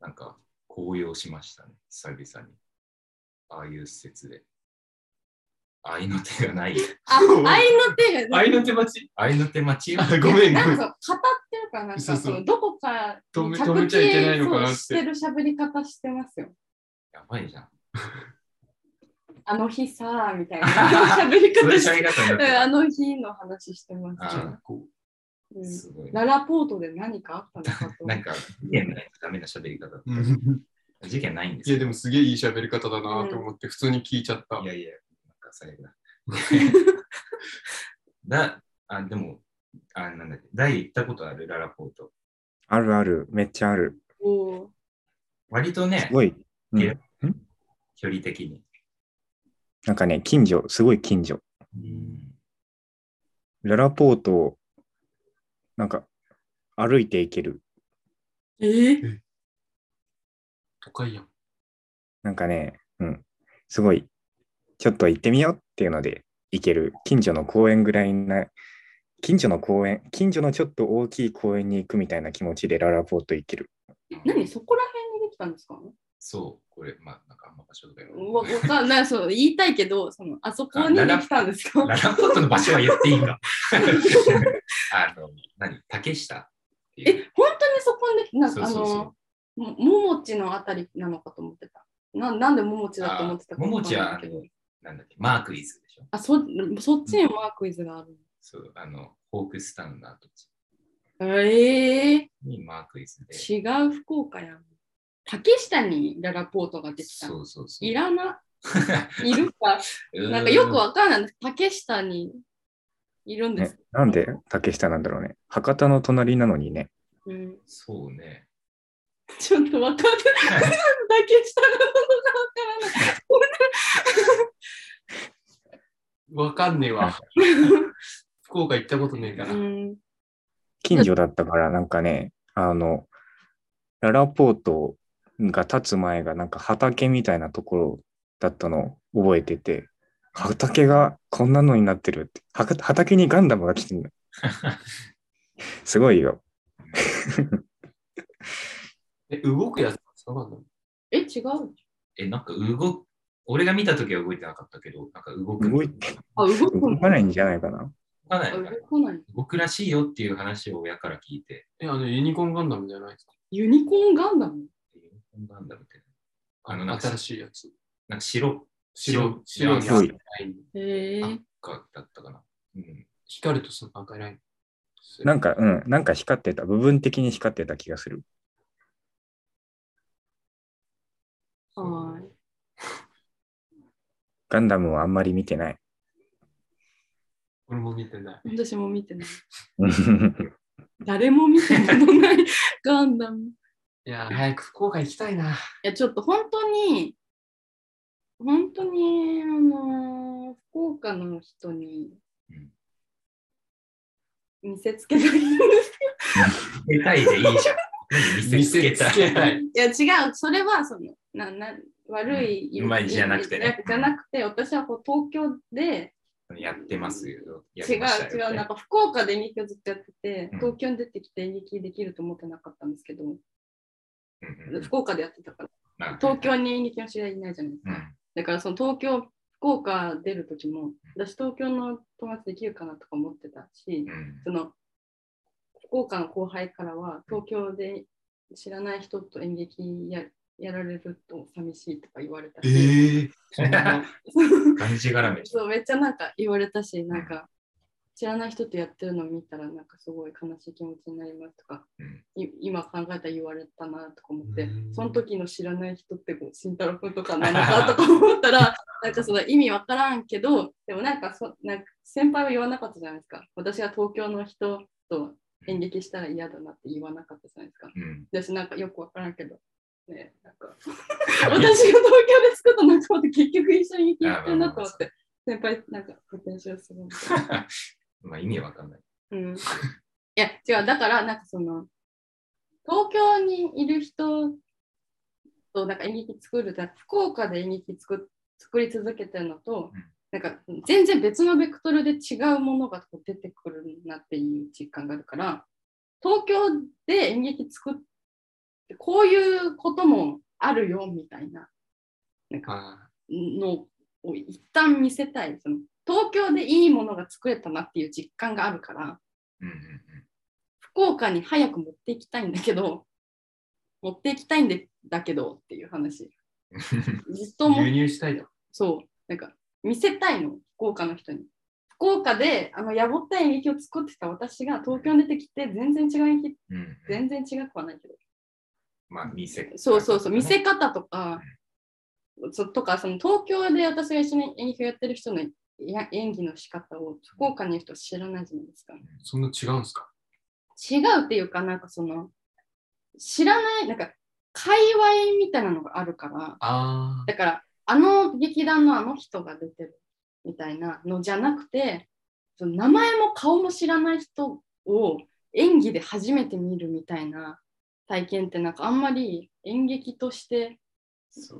なんか高揚しましたね、久々に。ああいう施設で。愛の手がない。あ、愛の手が、愛の手待ち愛の手待ちよあごめん、ごなめんん。か語ってるから、なんかそうそうそのどこか止め着止めちゃいけないのかなってそうしてる喋り方してますよ。やばいじゃん。あの日さ、みた いな喋りそうい方うし喋て。り方うんになあっの日の話してますじあゃあこうてんすごい。ララポートで何かあったの かと。なんか、事件ないダメな喋り方だっううんた。事件ないんですいよや、でもすげえいい喋り方だなと思って、普通に聞いちゃったい。やいや、なんか最悪だ。だ、 あ、でも、あ、なんだっけ、大行ったことあるララポート。あるある、めっちゃある。おー割とねす、ごい。うんいや距離的に。なんかね、近所、すごい近所。ララポート、なんか、歩いていける。えー都会やん。なんかね、うん。すごい、ちょっと行ってみようっていうので、行ける。近所の公園ぐらいな、近所の公園、近所のちょっと大きい公園に行くみたいな気持ちでララポート行ける。何そこら辺にできたんですかそう、これ、まあ、なんかあんま場所とかよわわかんない、そう、言いたいけど、その、あそこにできたんですかララポートの場所は言っていいんだ。あの、何竹下っていう。え、本当にそこにできなんそかうあそうそうの、もももちのあたりなのかと思ってた。ななんでももちだと思ってたかあももちはわかんないけどなんだっけ、マークイズでしょ。あそ、そっちにマークイズがある。そう、あの、ホークスタウンの跡地ええにマークイズで。違う福岡やん。竹下にララポートができた。そうそうそう。いら な、いるか、なんかよくわかんないです。竹下にいるんでねす。、なんで竹下なんだろうね。博多の隣なのにね。うん、そうね。ちょっとわかんない。竹下なのかわからない。わかんねえわ。福岡行ったことねえから。うん、近所だったから、なんかね、あの、ララポートが建つ前が、なんか畑みたいなところだったのを覚えてて、畑がこんなのになってるって、はか畑にガンダムが来てるの。すごいよ。え、動くやつそうなのえ、違う。え、なんか動く、俺が見たときは動いてなかったけど、なんか動く。動いてあ、動く動のかないんじゃないかな。動かないあの動かなかない。動くらしいよっていう話を親から聞いて、え、あの、ユニコーンガンダムじゃないですか。ユニコーンガンダムユニコーンガンダムって、ああのなんの、か新しいやつ。なんか白、白、白白いに赤いライン。へえかだったかな。うん。光るとその赤いライン。なんか、か、うん、なんか光ってた、部分的に光ってた気がする。はーい。ガンダムはあんまり見てない。俺も見てない。私も見てない。うん誰も見たことないガンダム。いいやー、早く福岡行きたいな。や、ちょっと本当に、本当に、あのー福岡の人にうん見せつけたいんです見せたいでいいじゃん。見せつけたい。たい。いや、違う。それは、その、な、な、悪い、うんうまいじゃなくてねじゃなくて、私はこう東京で、やってますよ。や違りうました違よう、なんか福岡で演劇をずっとやってて、うん東京に出てきて演劇できると思ってなかったんですけど、うんうん福岡でやってたから、なんか東京に演劇の知り合いいないじゃないですうか。ん。だからその東京、福岡出る時も、私東京の友達できるかなとか思ってたし、うんその福岡の後輩からは東京で知らない人と演劇ややられると寂しいとか言われたし、ええそんな がんじがらめ。そうめっちゃなんか言われたしなんか知らない人とやってるの見たらなんかすごい悲しい気持ちになりますとか、うんい今考えたら言われたなとか思ってうんその時の知らない人ってこう慎太郎君とかなのかとか思ったらなんかその意味わからんけどでもなんかそなんか先輩は言わなかったじゃないですか私は東京の人と演劇したら嫌だなって言わなかったじゃないですかうん。私なんかよくわからんけど。ね、なんか私が東京で作った仲間と結局一緒に行ってるなと思って、先輩なんかポテンシャルすごいみたいな。まあ意味わかんない。 うん、いや違うだからなんかその東京にいる人となんか演劇作るだ福岡で演劇作作り続けてるのと、うんなんか全然別のベクトルで違うものがこう出てくるなっていう実感があるから東京で演劇作ってこういうこともあるよみたいなあのを一旦見せたいその東京でいいものが作れたなっていう実感があるから。うんうんうん。福岡に早く持っていきたいんだけど、 持っていきたいんでだけどっていう話。ずっとーも輸入したいと。そう、なんか見せたいの、福岡の人に。福岡であのやぼったい演劇を作ってた私が東京に出てきて全然違う演劇、うんうん全然違くはないけど。まあ見せ。そうそうそう、見せ方とか、そとかその東京で私が一緒に演劇をやってる人のや演技の仕方を福岡にいる人は知らないじゃないですか。そんな違うんですか違うっていうかなんかその知らないなんか界隈みたいなのがあるからああ。だからあの劇団のあの人が出てるみたいなのじゃなくてその名前も顔も知らない人を演技で初めて見るみたいな体験ってなんかあんまり演劇として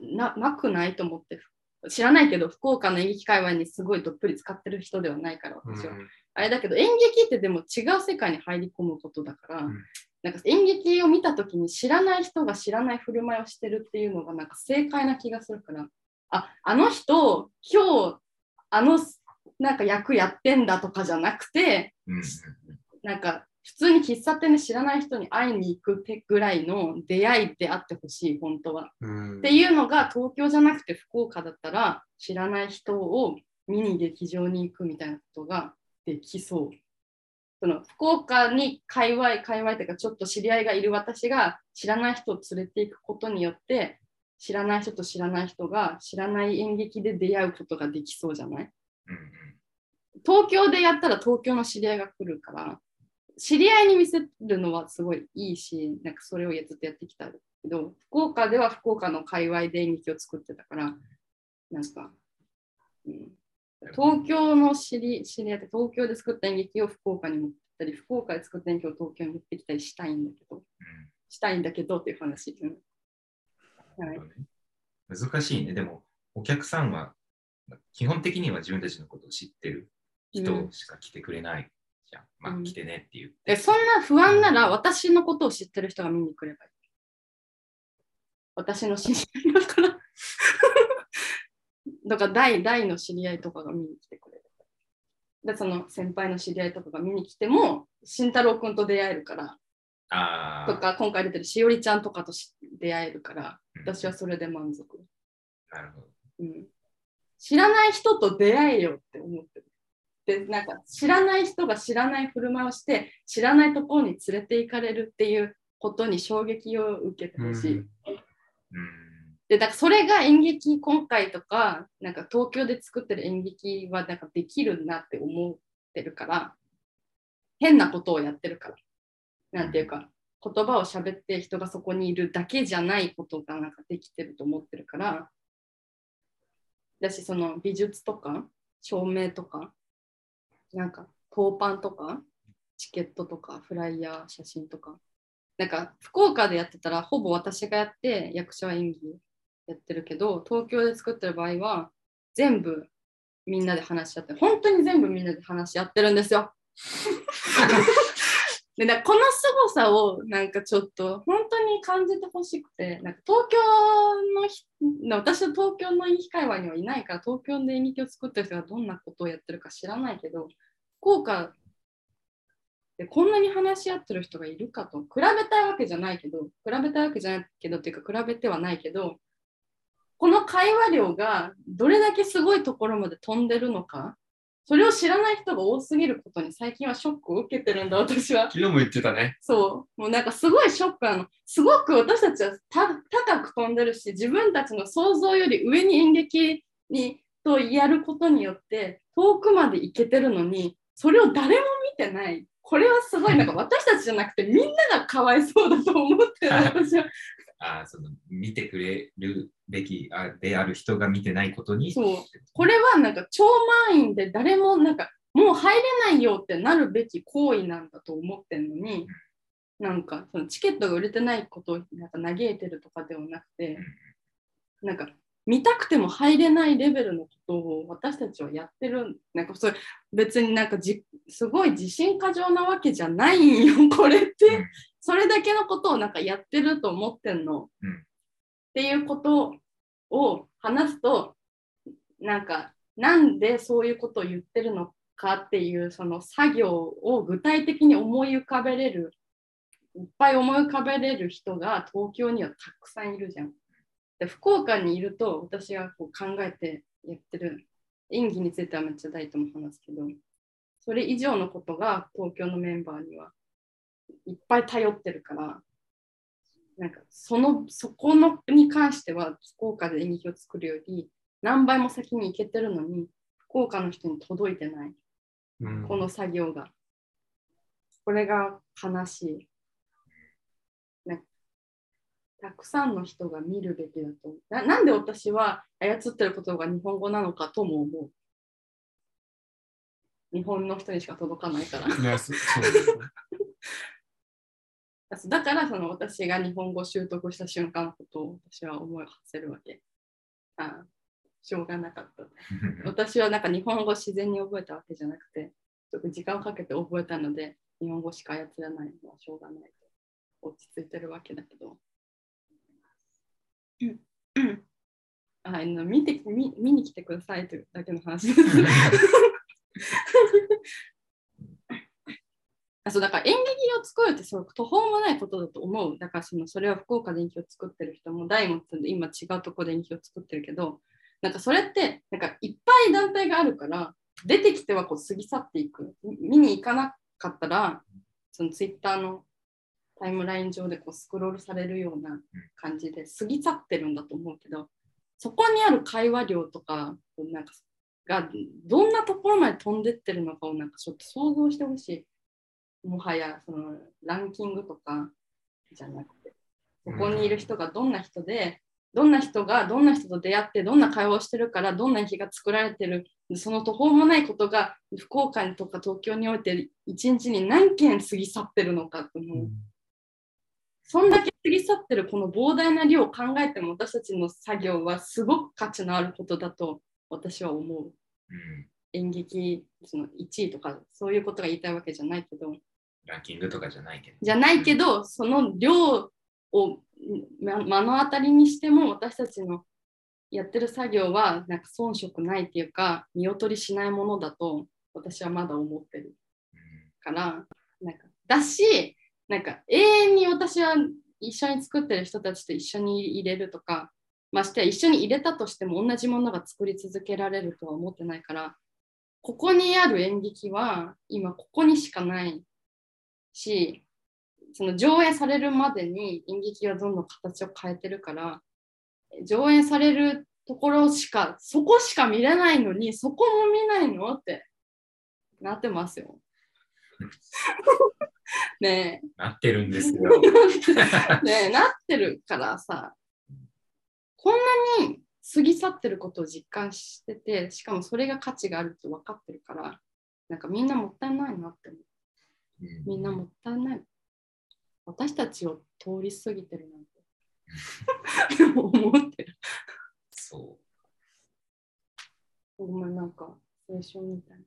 ななくないと思って知らないけど福岡の演劇界隈にすごいどっぷり使ってる人ではないからうん私は。あれだけど演劇ってでも違う世界に入り込むことだから、うんなんか演劇を見た時に知らない人が知らない振る舞いをしてるっていうのがなんか正解な気がするからああの人今日あのなんか役やってんだとかじゃなくてうんうんなんか普通に喫茶店で知らない人に会いに行くてぐらいの出会いであってほしい本当は。うんっていうのが東京じゃなくて福岡だったら知らない人を見に劇場に行くみたいなことができそう。その福岡に界隈界隈というかちょっと知り合いがいる私が知らない人を連れていくことによって知らない人と知らない人が知らない演劇で出会うことができそうじゃないうん東京でやったら東京の知り合いが来るから知り合いに見せるのはすごいいいしなんかそれをずっとやってきたけど福岡では福岡の界隈で演劇を作ってたからなんか、うん、東京の知り知り合いって東京で作った演劇を福岡に持ってったり福岡で作った演劇を東京に持ってきたりしたいんだけどしたいんだけどっていう話、うんうんはいなるほどね難しいね。でもお客さんは基本的には自分たちのことを知ってる人しか来てくれないじゃん。まうあん来てねっていう。でそんな不安なら私のことを知ってる人が見に来ればいい。私の知り合いだから。 だから大大の知り合いとかが見に来てくれる。でその先輩の知り合いとかが見に来ても慎太郎君と出会えるからああ。とか今回出てるしおりちゃんとかとし出会えるからうん私はそれで満足、なるほど。うん。知らない人と出会えよって思ってる。でなんか知らない人が知らない振る舞いをして知らないところに連れて行かれるっていうことに衝撃を受けてほしい。うんうん。でだからそれが演劇今回とかなんか東京で作ってる演劇はなんかできるなって思ってるから変なことをやってるからなんていうか言葉を喋って人がそこにいるだけじゃないことがなんかできてると思ってるからだしその美術とか照明とかなんか当パンとかチケットとかフライヤー写真とかなんか福岡でやってたらほぼ私がやって役者は演技やってるけど東京で作ってる場合は全部みんなで話し合って本当に全部みんなで話し合ってるんですよ。でだからこの凄さをなんかちょっと本当に感じてほしくてなんか東京のひ私は東京の演劇界隈にはいないから東京で演劇を作ってる人がどんなことをやってるか知らないけど福岡でこんなに話し合ってる人がいるかと比べたいわけじゃないけど比べたいわけじゃないけどっていうか比べてはないけどこの会話量がどれだけすごいところまで飛んでるのかそれを知らない人が多すぎることに最近はショックを受けてるんだ私は。昨日も言ってたね。そう、もうなんかすごいショックなの。すごく私たちはた高く飛んでるし、自分たちの想像より上に演劇にとやることによって、遠くまで行けてるのに、それを誰も見てない。これはすごい、なんか私たちじゃなくて、みんながかわいそうだと思ってる、私は。あーその見てくれるべきあである人が見てないことに。そうこれはなんか超満員で誰もなんかもう入れないよってなるべき行為なんだと思ってんのになんかそのチケットが売れてないことをなんか嘆いてるとかではなくてなんか見たくても入れないレベルのことを私たちはやってるなんかそれ別になんかじすごい自信過剰なわけじゃないんよこれってうんそれだけのことをなんかやってると思ってんの、うんっていうことを話すとなんかなんでそういうことを言ってるのかっていうその作業を具体的に思い浮かべれるいっぱい思い浮かべれる人が東京にはたくさんいるじゃん。で福岡にいると私はこう考えてやってる演技についてはめっちゃ大とも話すけどそれ以上のことが東京のメンバーにはいっぱい頼ってるからなんかそのそこのに関しては福岡で演劇を作るより何倍も先に行けてるのに福岡の人に届いてないうんこの作業がこれが悲しいなんかたくさんの人が見るべきだと思うななんで私は操ってることが日本語なのかとも思う日本の人にしか届かないから いやそそうだよねあそうだからその私が日本語を習得した瞬間のことを私は思いを馳せるわけ。ああしょうがなかった。私はなんか日本語を自然に覚えたわけじゃなくて、ちょっと時間をかけて覚えたので、日本語しか操らないのはしょうがない。落ち着いてるわけだけど。うんうんはい、の見て見見に来てくださいというだけの 話です。あそうだから演劇を作るってすごく途方もないことだと思う。だからそのそれは福岡で演劇を作ってる人も大門って今違うところで演劇を作ってるけどなんかそれってなんかいっぱい団体があるから出てきてはこう過ぎ去っていく。み見に行かなかったらそのツイッターのタイムライン上でこうスクロールされるような感じで過ぎ去ってるんだと思うけどそこにある会話量とかこうなんかがどんなところまで飛んでってるのかをなんかちょっと想像してほしい。もはやそのランキングとかじゃなくてここにいる人がどんな人でどんな人がどんな人と出会ってどんな会話をしてるからどんな日が作られてるその途方もないことが福岡とか東京において一日に何件過ぎ去ってるのかと思う。そんだけ過ぎ去ってるこの膨大な量を考えても私たちの作業はすごく価値のあることだと私は思う。うん演劇その1位とかそういうことが言いたいわけじゃないけどランキングとかじゃないけど。じゃないけどその量をま目の当たりにしても私たちのやってる作業はなんか遜色ないっていうか見劣りしないものだと私はまだ思ってる。うんからなんかだしなんか永遠に私は一緒に作ってる人たちと一緒に入れるとかましてや一緒に入れたとしても同じものが作り続けられるとは思ってないからここにある演劇は今ここにしかないしその上演されるまでに演劇はどんどん形を変えてるから上演されるところしかそこしか見れないのにそこも見ないのってなってますよ。ねなってるんです よ。え、 ねえ、なってるからさ、こんなに過ぎ去ってることを実感してて、しかもそれが価値があるって分かってるから、なんかみんなもったいないなって思う。うんみんなもったいない。私たちを通り過ぎてるなんて。思ってる。そお前なんか青春みたいな。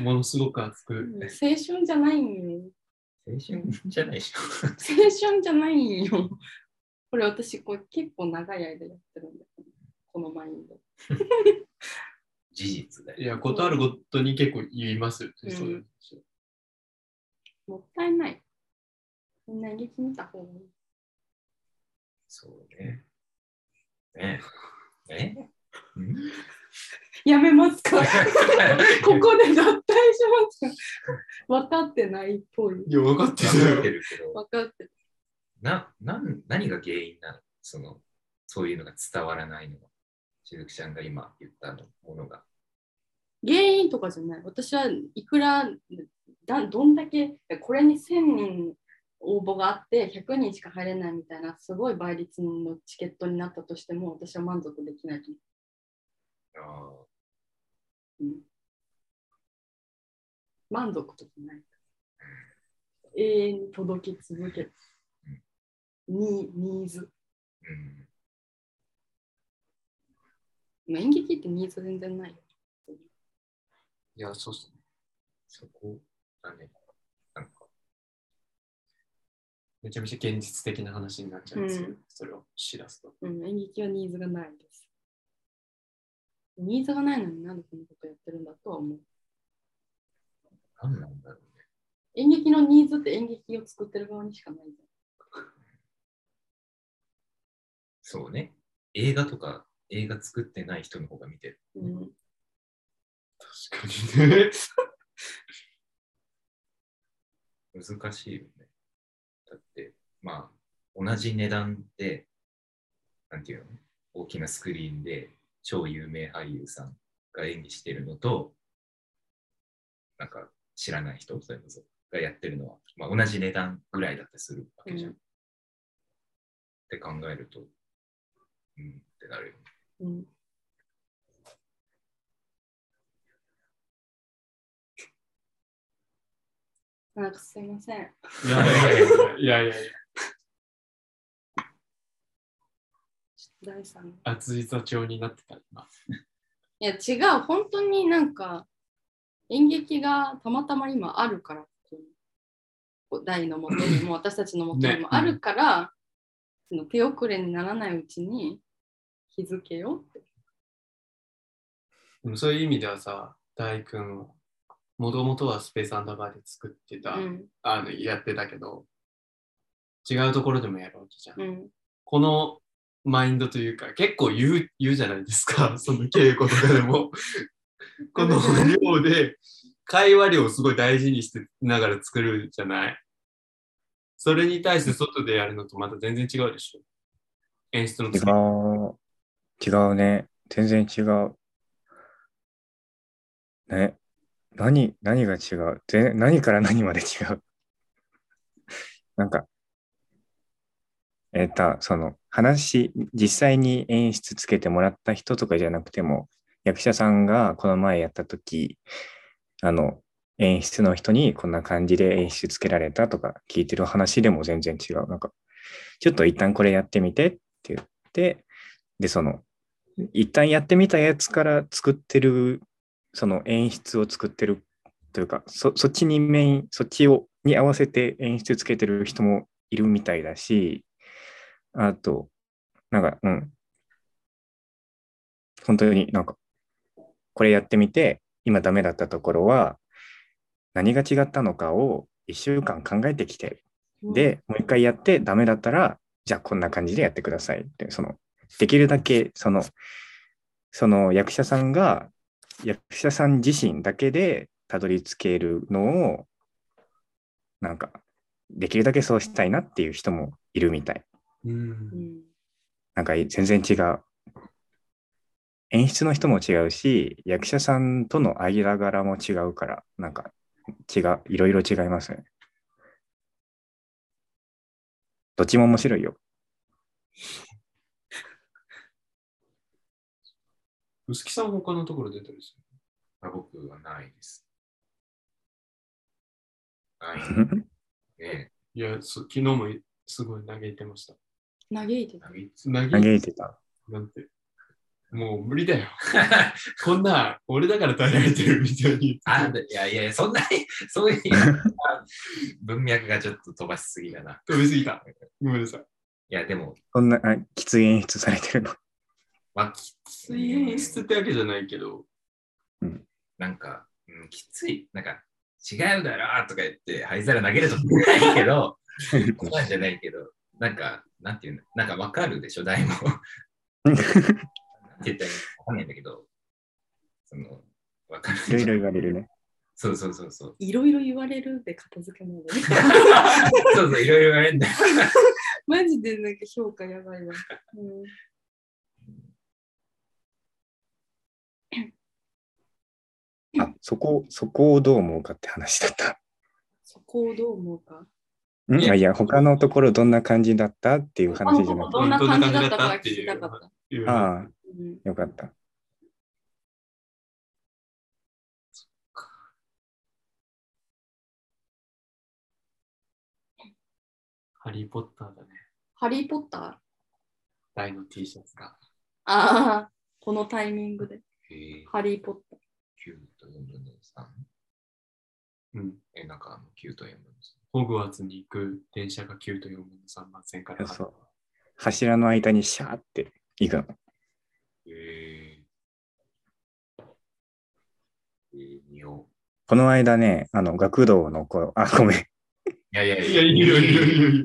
ものすごく熱うく。ん青春じゃないんよ。う。青春じゃないでしょ。青春じゃないんよ。これ私これ結構長い間やってるんだよ。このマインド。事実だよ。いや、ことあるごとに結構言いますよね。うんそういうもったいない。みんな言い決めた方がいい。そうね。ねえ。ねえ。んやめます か ここで脱退しますか分かってないっぽい。いや、分かってわかってるよ。るけど、分かってる。な、なん、何が原因なのその、そういうのが伝わらないのは。しずきちゃんが今言ったのものが。原因とかじゃない。私はいくら、だどんだけ、これに1000人応募があって100人しか入れないみたいな、すごい倍率のチケットになったとしても、私は満足できないと思ああ、う。うん、満足とかない。永遠に届き続ける。にニーズ。うん。まあ演劇ってニーズ全然ないよ。いや、そうっすね。そこだね。なんか、めちゃめちゃ現実的な話になっちゃうんですよ、うそれを知らすと。うん、演劇はニーズがないです。ニーズがないのになんでこのことやってるんだとは思う。何なんだろうね。演劇のニーズって演劇を作ってる側にしかないじそうね。映画とか、映画作ってない人の方が見てる。ゃん。うん、確か にね。難しいよね。だって、まあ、同じ値段で、なんていうの大きなスクリーンで超有名俳優さんが演技してるのと、なんか知らない人、それこそ、がやってるのは、まあ、同じ値段ぐらいだってするわけじゃん。うんって考えると、うんってなるよね。うん、なんかすいません。いやいやいやいやいやいや、ちょっと第三熱い座長になってた今。いや違う、本当になんか演劇がたまたま今あるから、こう台のもとにも私たちのもとにねもあるから、その手遅れにならないうちに気づけよって。でもそういう意味ではさ、大君は、もともとはスペースアンダーバーで作ってた、うんあの、やってたけど、違うところでもやるわけじゃん。うんこのマインドというか、結構言う言うじゃないですか、 その稽古とかでも。この量で、会話量をすごい大事にしてながら作るじゃない。それに対して外でやるのとまた全然違うでしょ。演出の違作りう。違うね。全然違う。ね。何、何が違うぜ何から何まで違う なんか、えっ、と、その話、実際に演出つけてもらった人とかじゃなくても、役者さんがこの前やった時、あの、演出の人にこんな感じで演出つけられたとか聞いてる話でも全然違う。なんか、ちょっと一旦これやってみてって言って、で、その、一旦やってみたやつから作ってる、その演出を作ってるというか、そそっちにメイン、そっちを、に合わせて演出つけてる人もいるみたいだし、あと、なんか、うん。本当になんか、これやってみて、今ダメだったところは、何が違ったのかを1週間考えてきてで、もう一回やってダメだったら、じゃあこんな感じでやってくださいって、その、できるだけ、その、その役者さんが、役者さん自身だけでたどり着けるのを、なんか、できるだけそうしたいなっていう人もいるみたい。う。うんんなんか全然違う。演出の人も違うし、役者さんとの間柄も違うから、なんか違う、いろいろ違いますね。どっちも面白いよ。薄木さん他のところ出たりすまあ、僕はないです。ないね。る。いや、そ昨日もすごい嘆いてました。嘆いてた。嘆いて嘆い嘆いてた。なんて。もう無理だよ。 こんな、俺だから耐えられてるみたいに。あいやいやいや、そんなに、 そういうあ文脈がちょっと飛ばしすぎだな。飛びすぎた。ごめんなさい。いや、でも、こんな、あ きつい演出されてるの。まあ、きつ水演出ってわけじゃないけど、うんなんか、うん、きつい、なんか、違うだろとか言って、灰皿投げるとかないけど、こんなんじゃないけど、なんか、なんていうの、なんかわかるでしょ、題も。絶対わかんないんだけど、その、わかるいろいろ言われるね。そうそうそうそう。 いろいろ言われるで片付けモードね。そうそう、いろいろ言われるんだよ。マジでなんか評価やばいわ。うんあ、そこ、そこをどう思うかって話だった。そこをどう思うか。うん、あいや、他のところどんな感じだったっていう話じゃなくて。どんな感じだったかは聞きたかった。いうああ、うんよかった。ハリー・ポッターだね。ハリー・ポッター大の T シャツが。ああ、このタイミングで。えーハリー・ポッター。 9と4分の3。うん。え、なんか9と4分のホグワーツに行く電車が9と4分の3番線から。そう柱の間にシャーって行くの。 3。えー、えー、見よう。この間ね、あの、学童の子、あ、ごめん。いやいやいやいやいやいやいやいや。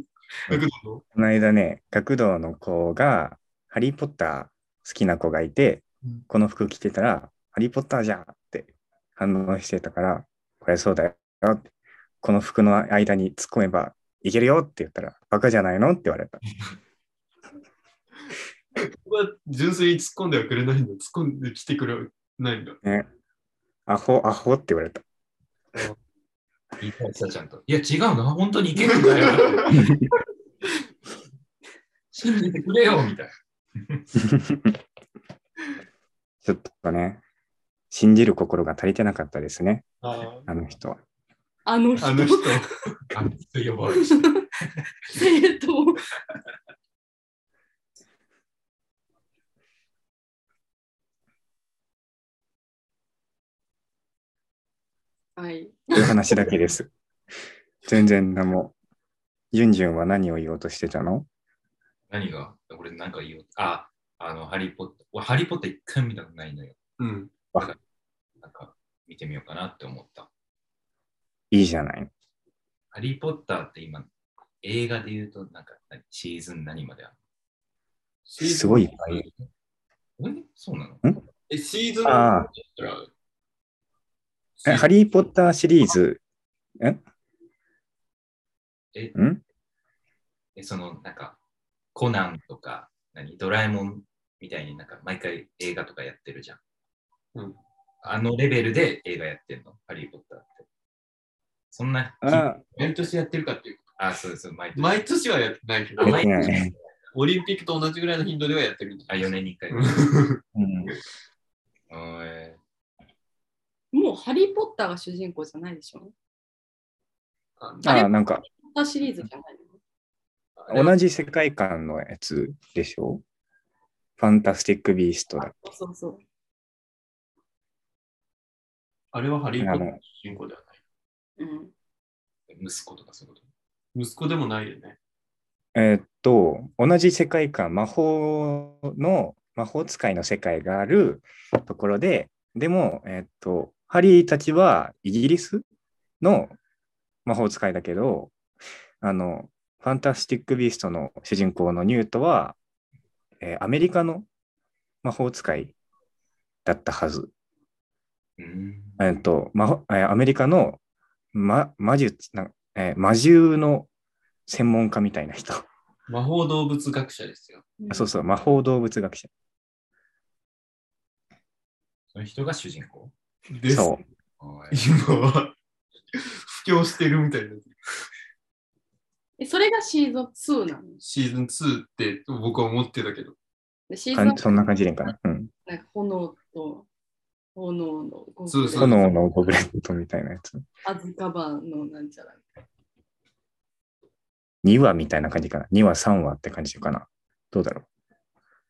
学童のこの間ね、学童の子が、ハリー・ポッター好きな子がいて、うんこの服着てたら、ハリー・ポッターじゃんって反応してたから、これそうだよって。この服の間に突っ込めばいけるよって言ったら、バカじゃないのって言われた。ここは純粋に突っ込んではくれないんだ。突っ込んできてくれないんだ。アホ、アホって言われた。言い返したちゃんと。いや、違うな、本当にいけるん だよ。信じてくれよ、みたいな。ちょっとね、信じる心が足りてなかったですね、ああの人は。あの人。の人。あの人呼ばれる人。生徒。はい。という話だけ です。全然何も。ジュンジュンは何を言おうとしてたの何が俺なんか言おう。あ、あの、ハリーポッター。俺、ハリーポッター一回も見たことないのよ。うん。なんか、見てみようかなって思った。いいじゃない。ハリーポッターって今、映画で言うと、なんか、何シーズン何まであすごいいっぱるい。のえそうなのえ、シーズンああえハリリー・ポッターシリーズ、え、んえ、その、なんか、コナンとか、何、ドラえもんみたいになんか、毎回映画とかやってるじゃん。うんあのレベルで映画やってんのハリー・ポッターって。そんな、あ毎年やってるかっていう。あ、そうです、毎年。毎年はやってないけどあ、、毎やってな年い。オリンピックと同じぐらいの頻度ではやってるんだ。あ、4年に1回。ううん うん、んえもうハリー・ポッターが主人公じゃないでしょああーなんかポッターシリーズじゃないの同じ世界観のやつでしょファンタスティック・ビーストだ。そうそう。あれはハリー・ポッターの主人公ではない。うん、ー息子とかそういうこと。息子でもないよね。えーっと、同じ世界観、魔法の、魔法使いの世界があるところで、でも、えーっと、ハリーたちはイギリスの魔法使いだけど、あの、ファンタスティック・ビーストの主人公のニュートは、えーアメリカの魔法使いだったはず。うん。えっと、まほ、えーアメリカの、ま、魔術な、えー魔獣の専門家みたいな人。魔法動物学者ですよ。あそうそう、魔法動物学者。その人が主人公でそう。あー今は、布教してるみたいな。えそれがシーズン2なのシーズン2って僕は思ってたけど。でシーズかンんそんな感じでいいかな。うん。なんか炎と炎のゴそうそう炎のゴブレットみたいなやつ。アズカバンのなんちゃら。 2話みたいな感じかな。2話、3話って感じかな。どうだろ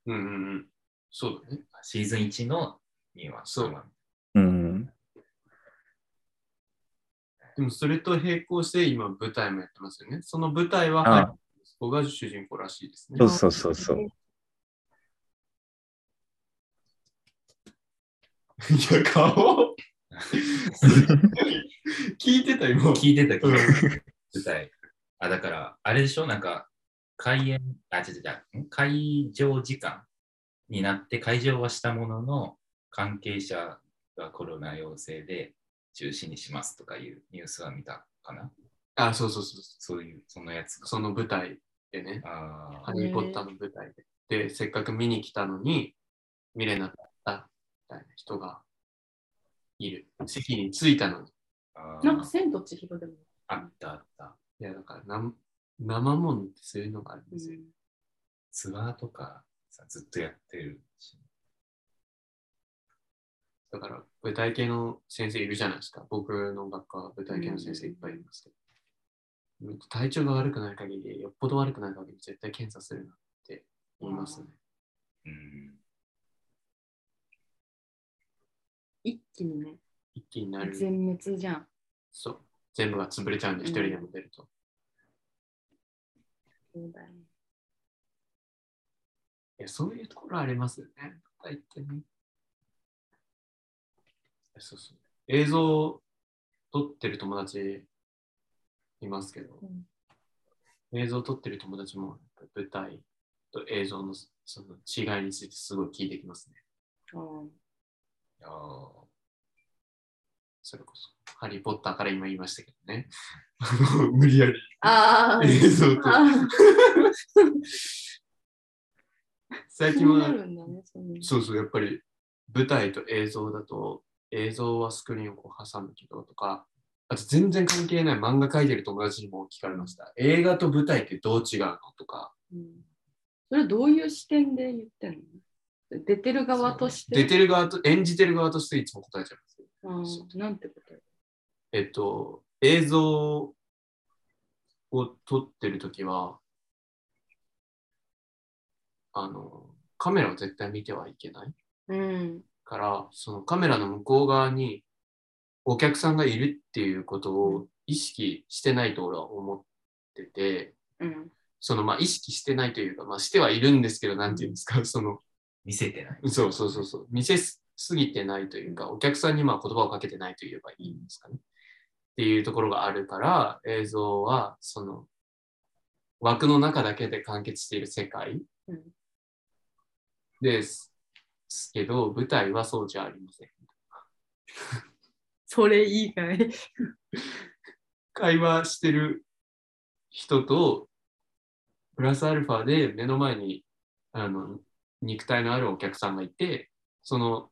うんうんうん。そうだね。シーズン1の2話。そう三話う。うん。でもそれと並行して今舞台もやってますよね。その舞台は、あはいそこが主人公らしいですねそう。そうそうそう。いや、 顔聞いてた、今。聞いてたけど、うん舞台。あ、だから、あれでしょなんか、開演、あ、違う違う違う、会場時間になって、会場はしたものの、関係者がコロナ陽性で中止にしますとかいうニュースは見たかなあ、そうそうそうそそういう、そのやつう。が。その舞台でね、あハあ、リー・ポッターの舞台で。で、せっかく見に来たのに、見れなかったみたいな人がいる。席に着いたのに。あーなんか千と千尋でも。あったあった。いや、だからなん、生もんってそういうのがあるんですよ。ツアーとかさ、ずっとやってるし。だから、舞台系の先生いるじゃないですか。僕の学科は舞台系の先生いっぱいいますけど。体調が悪くない限り、よっぽど悪くない限り、絶対検査するなって思いますね。うん。一気にね、一気になる。全滅じゃん。そう。全部が潰れちゃうんで、うん一人でも出ると。そうだよねいや、そういうところありますよね。舞台ってね。そうそう。映像撮ってる友達いますけど、うん映像撮ってる友達もやっぱ舞台と映像のその違いについてすごい聞いてきますね。うんあーそれこそ。ハリー・ポッターから今言いましたけどね。 無理やりあー映像と。あー、最気近になはるんだね、そういうのそうそう、やっぱり舞台と映像だと、映像はスクリーンをこう挟むけどとか、あと全然関係ない漫画描いてる友達にも聞かれました。映画と舞台ってどう違うのとか、うんそれどういう視点で言ってんの出てる側として。出てる側と、演じてる側としていつも答えちゃいます。あーなんてことえっと、映像を撮ってるときは、あの、カメラを絶対見てはいけない。うん。から、そのカメラの向こう側にお客さんがいるっていうことを意識してないと俺は思ってて、うん。そのまあ意識してないというか、まあしてはいるんですけど、なんていうんですか、その、見せてない。そうそうそうそう、見せすぎてないというか、お客さんにまあ言葉をかけてないと言えばいいんですかね。っていうところがあるから、映像はその枠の中だけで完結している世界うんですですけど、舞台はそうじゃありません。それ以外。会話してる人と、プラスアルファで目の前にあの肉体のあるお客さんがいて、その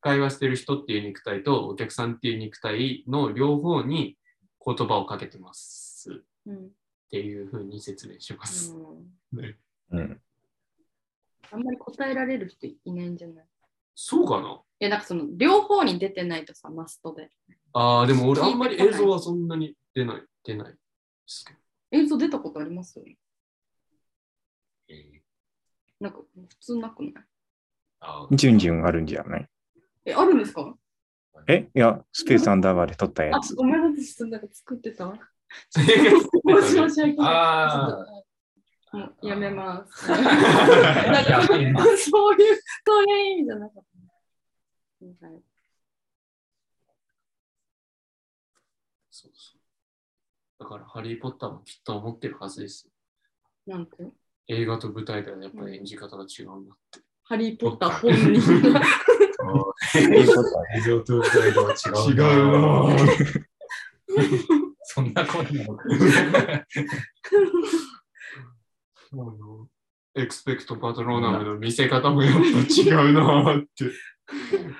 会話してる人っていう肉体とお客さんっていう肉体の両方に言葉をかけてますっうん。ていうふうに説明します。ねうん。あんまり答えられる人いないんじゃないいそうかなや、なんかその、両方に出てないとさ、マストで。ああ、でも俺あんまり映像はそんなに出ない、出ないですけど。映像出たことありますえーなんか、普通なくないあージュンジュンあるんじゃないえ、あるんですかえいや、スペースアンダーバーで撮ったやあつ、。ごめんなさい、ちょっとなんか作ってた。 申し訳な映い。 あもうやめ ます。ーなんかやめますそういう、そういう意味じゃなかった。はいそうそう。だから、ハリー・ポッターもきっと思ってるはずですよ。なんて映画と舞台ではやっぱり演じ方が違うんだ。ハリー・ポッター本人。 映像とは映像と映像は違うな。違うなそんなことなのか。あのエクスペクト・パトローナムの見せ方もやっぱ違うなーって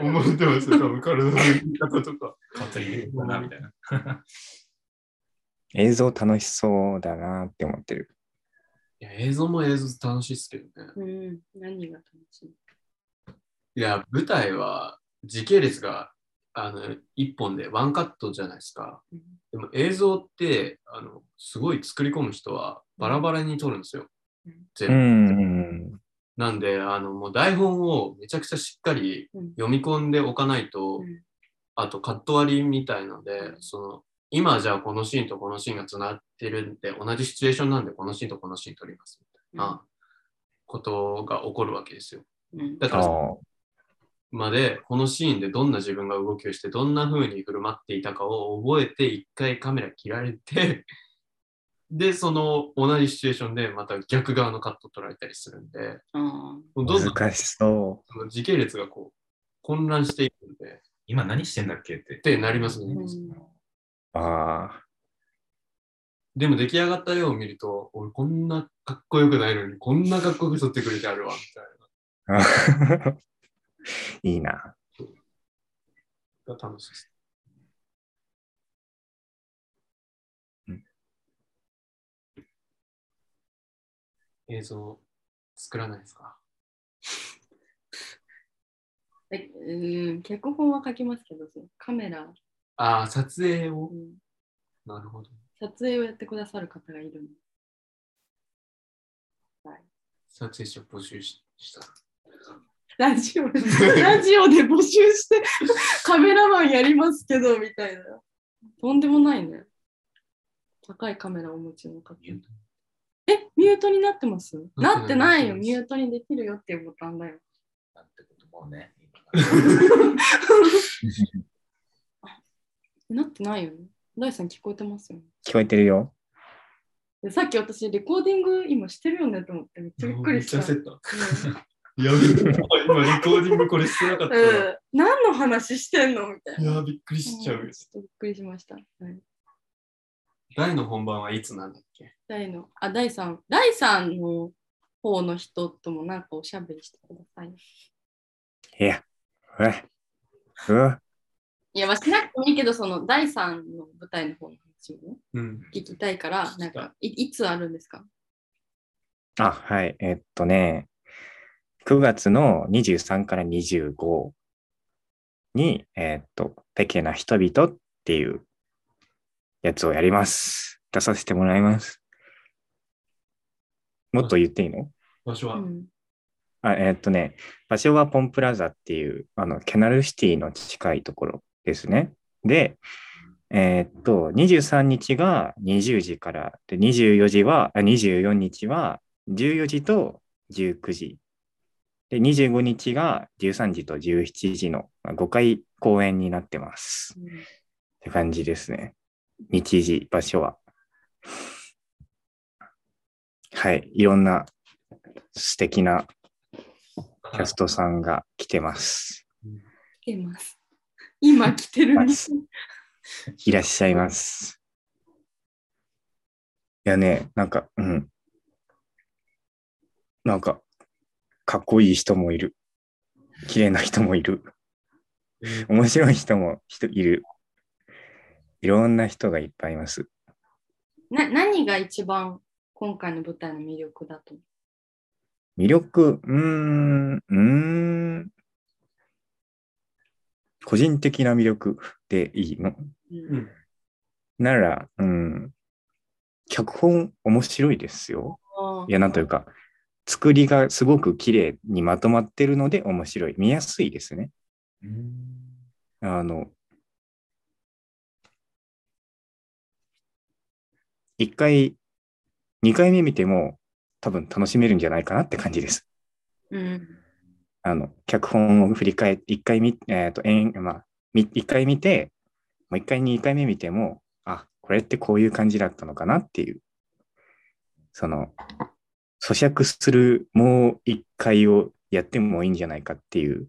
思ってますよ、多分体の見方とか。語り部だな、みたいな。映像楽しそうだなって思ってる。いや映像も映像楽しいですけどね。 うん、何が楽しいいや、舞台は時系列があの1本でワンカットじゃないですか。うんでも映像ってあのすごい作り込む人はバラバラに撮るんですようん。全う部んうん。なんで、あの、もう台本をめちゃくちゃしっかりうん読み込んでおかないと、うんあとカット割りみたいので、うんその、今じゃあこのシーンとこのシーンがつながってるんで、同じシチュエーションなんでこのシーンとこのシーン撮りますみたいなことが起こるわけですよ。うんだかあら、あ。までこのシーンでどんな自分が動きをしてどんな風に振る舞っていたかを覚えて一回カメラ切られてでその同じシチュエーションでまた逆側のカット取られたりするんであどんどんそ難しその時系列がこう混乱していくんで今何してんだっけって。ってなりますねう。ああ、でも出来上がった絵を見ると俺こんなかっこよくないのにこんなかっこよく撮ってくれてあるわみたい いいな。なのが楽しいですうん。映像作らないですかーえうん脚本は書きますけど、そのカメラ、ああ、撮影をう。んなるほど。撮影をやってくださる方がいるの。撮影者募集しした。ラジオで、ラジオで募集して、カメラマンやりますけど、みたいな。とんでもないね。高いカメラをお持ちの方。え、ミュートになってますなってないよ。ミュートにできるよっていうボタンだよ。なんてこともうね。なってないよね。大さん聞こえてますよね。聞こえてるよ。でさっき私、レコーディング今してるよねと思って、めっちゃびっくりした。めっちゃう焦った。やべえ。今リコーディングこれしてなかったん、うら。ん何の話してんのみたいいな。や、びっくりしちゃうよん。ちょっとびっくりしました。はい大の本番はいつなんだっけ大の、あ、大さん、大さんの方の人ともなんかおしゃべりしてください。いや、うわ、うわ、いや、まあ、しなくてもいいけど、その大さんの舞台の方の話もね、うん。聞きたいから、なんかい、いつあるんですかあ、はい、えっとね、9月の23から25に、えっと、ペケな人々っていうやつをやります。出させてもらいます。もっと言っていいの場所うは。ん。あえっとね、場所はポンプラザっていう、あの、ケナルシティの近いところですね。で、えっと、23日が20時から、で、24時は、あ24日は14時と19時。で、25日が13時と17時の5回公演になってます。って感じですね。日時、場所は。はい、いろんな素敵なキャストさんが来てます。来てます。今来てるんです。いらっしゃいます。いやね、なんか、うん。なんか、かっこいい人もいる。綺麗な人もいる。面白い人も人いる。いろんな人がいっぱいいます。な何が一番今回の舞台の魅力だと思魅力、うーん、うーん。個人的な魅力でいいのう、うん。なら、うん、脚本面白いですよ。あーいや、なんというか、作りがすごく綺麗にまとまってるので面白い。見やすいですね。あの、一回、二回目見ても多分楽しめるんじゃないかなって感じです。うんあの、脚本を振り返って、一回見、えっ、と、演まあ、み一回見て、もう一回、二回目見ても、あ、これってこういう感じだったのかなっていう、その、咀嚼するもう一回をやってもいいんじゃないかっていう、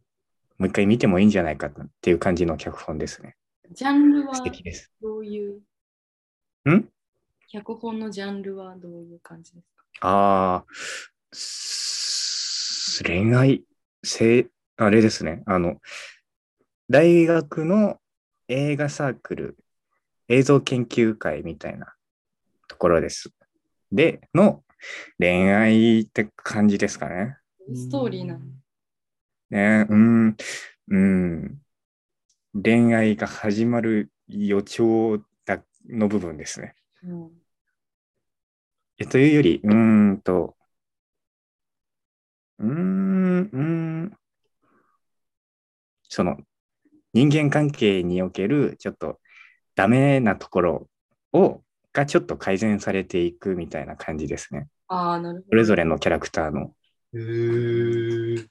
もう一回見てもいいんじゃないかっていう感じの脚本ですね。ジャンルは素敵です。どういうん脚本のジャンルはどういう感じですかああ、す恋愛、せ、あれですね。あの、大学の映画サークル、映像研究会みたいなところです。で、の恋愛って感じですかね。ストーリーなのね、うん、うん。恋愛が始まる予兆だの部分ですね。うんえというより、うーんと、うーん、うーん、その、人間関係における、ちょっと、ダメなところを、がちょっと改善されていくみたいな感じですね。ああ、なるほそれぞれのキャラクターの。へー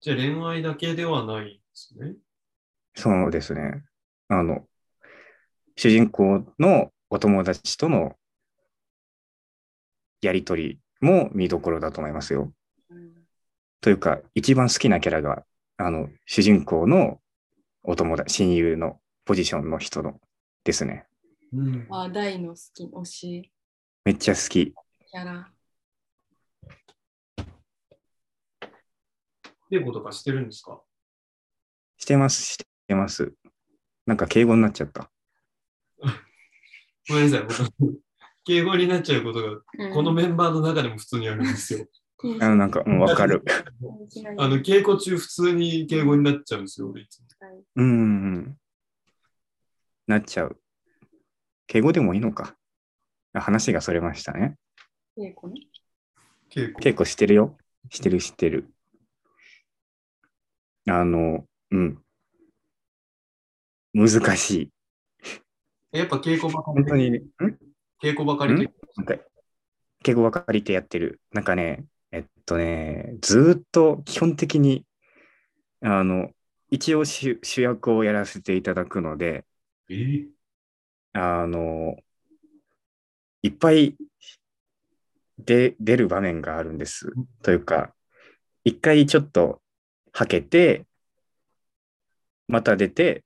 じゃあ恋愛だけではないんですね。そうですね。あの、主人公のお友達とのやりとりも見どころだと思いますよ。というか、一番好きなキャラが、あの、主人公のお友達、親友のポジションの人のですね。うんあ、大の好き、推し、めっちゃ好き。キャラ。稽古とかしてるんですかしてます、してます。なんか敬語になっちゃった。ごめんなさい、僕、 敬語になっちゃうことうが、んこのメンバーの中でも普通にあるんですよ。あのなんか、 うん、わか る。 あの、稽古中、普通に敬語になっちゃうんですよ、俺いつも。うんうんうん。なっちゃう。敬語でもいいのか。あ話がそれましたね。稽古ね。稽古。結構してるよ。してる、してる。あの、うん。難しい。やっぱ稽古ばか本り当に、ね、ん稽古ばかりで。なんか、敬語ばかりってやってる。なんかね、えっとね、ずーっと基本的に、あの、一応主主役をやらせていただくので、えー、あの、いっぱいで出る場面があるんです。というか、一回ちょっとはけて、また出て、